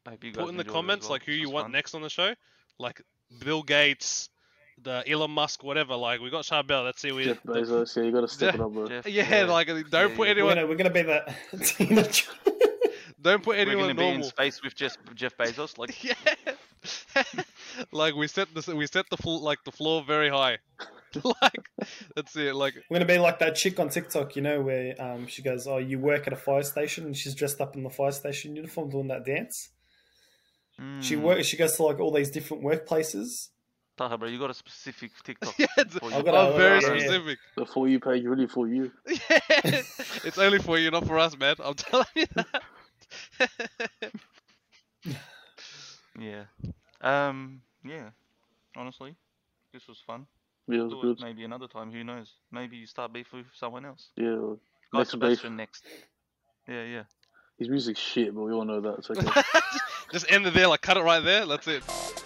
I hope you guys
Put in the
enjoyed it as
comments
well.
like who
This
you
was
want
fun.
next on the show, like Bill Gates, the Elon Musk, whatever. Like we got Charbel. Let's see. We
Jeff
the-
Bezos, yeah, you gotta step it up, bro.
Jeff,
yeah, like don't
Yeah,
put
yeah.
we're
anyone,
gonna, we're gonna be that. Tina Turner.
don't
we're
put anyone
gonna be in
normal.
space with Jeff, Jeff Bezos. Like
yeah. like we set this, we set the fl- like the floor very high. like that's it. Like
we're gonna be like that chick on TikTok, you know, where um, she goes, "Oh, you work at a fire station," and she's dressed up in the fire station uniform doing that dance. She
Hmm.
mm,
works. She goes to like all these different workplaces.
Taha, bro, you got a specific TikTok.
yeah, Oh. it's,
for
I've
you.
got
I'm
a-
very
yeah, yeah.
specific.
The for you page really for you.
Yeah. it's only for you, not for us, man. I'm telling you that.
Yeah. Um. Yeah. Honestly, This was fun.
Yeah, it
Do
was
it
good.
Maybe another time. Who knows? Maybe you start beef with someone else.
Yeah,
God
Next beef.
Sebastian next. Yeah, yeah.
his music's shit, but we all know that. It's okay.
Just end it there, like cut it right there. That's it.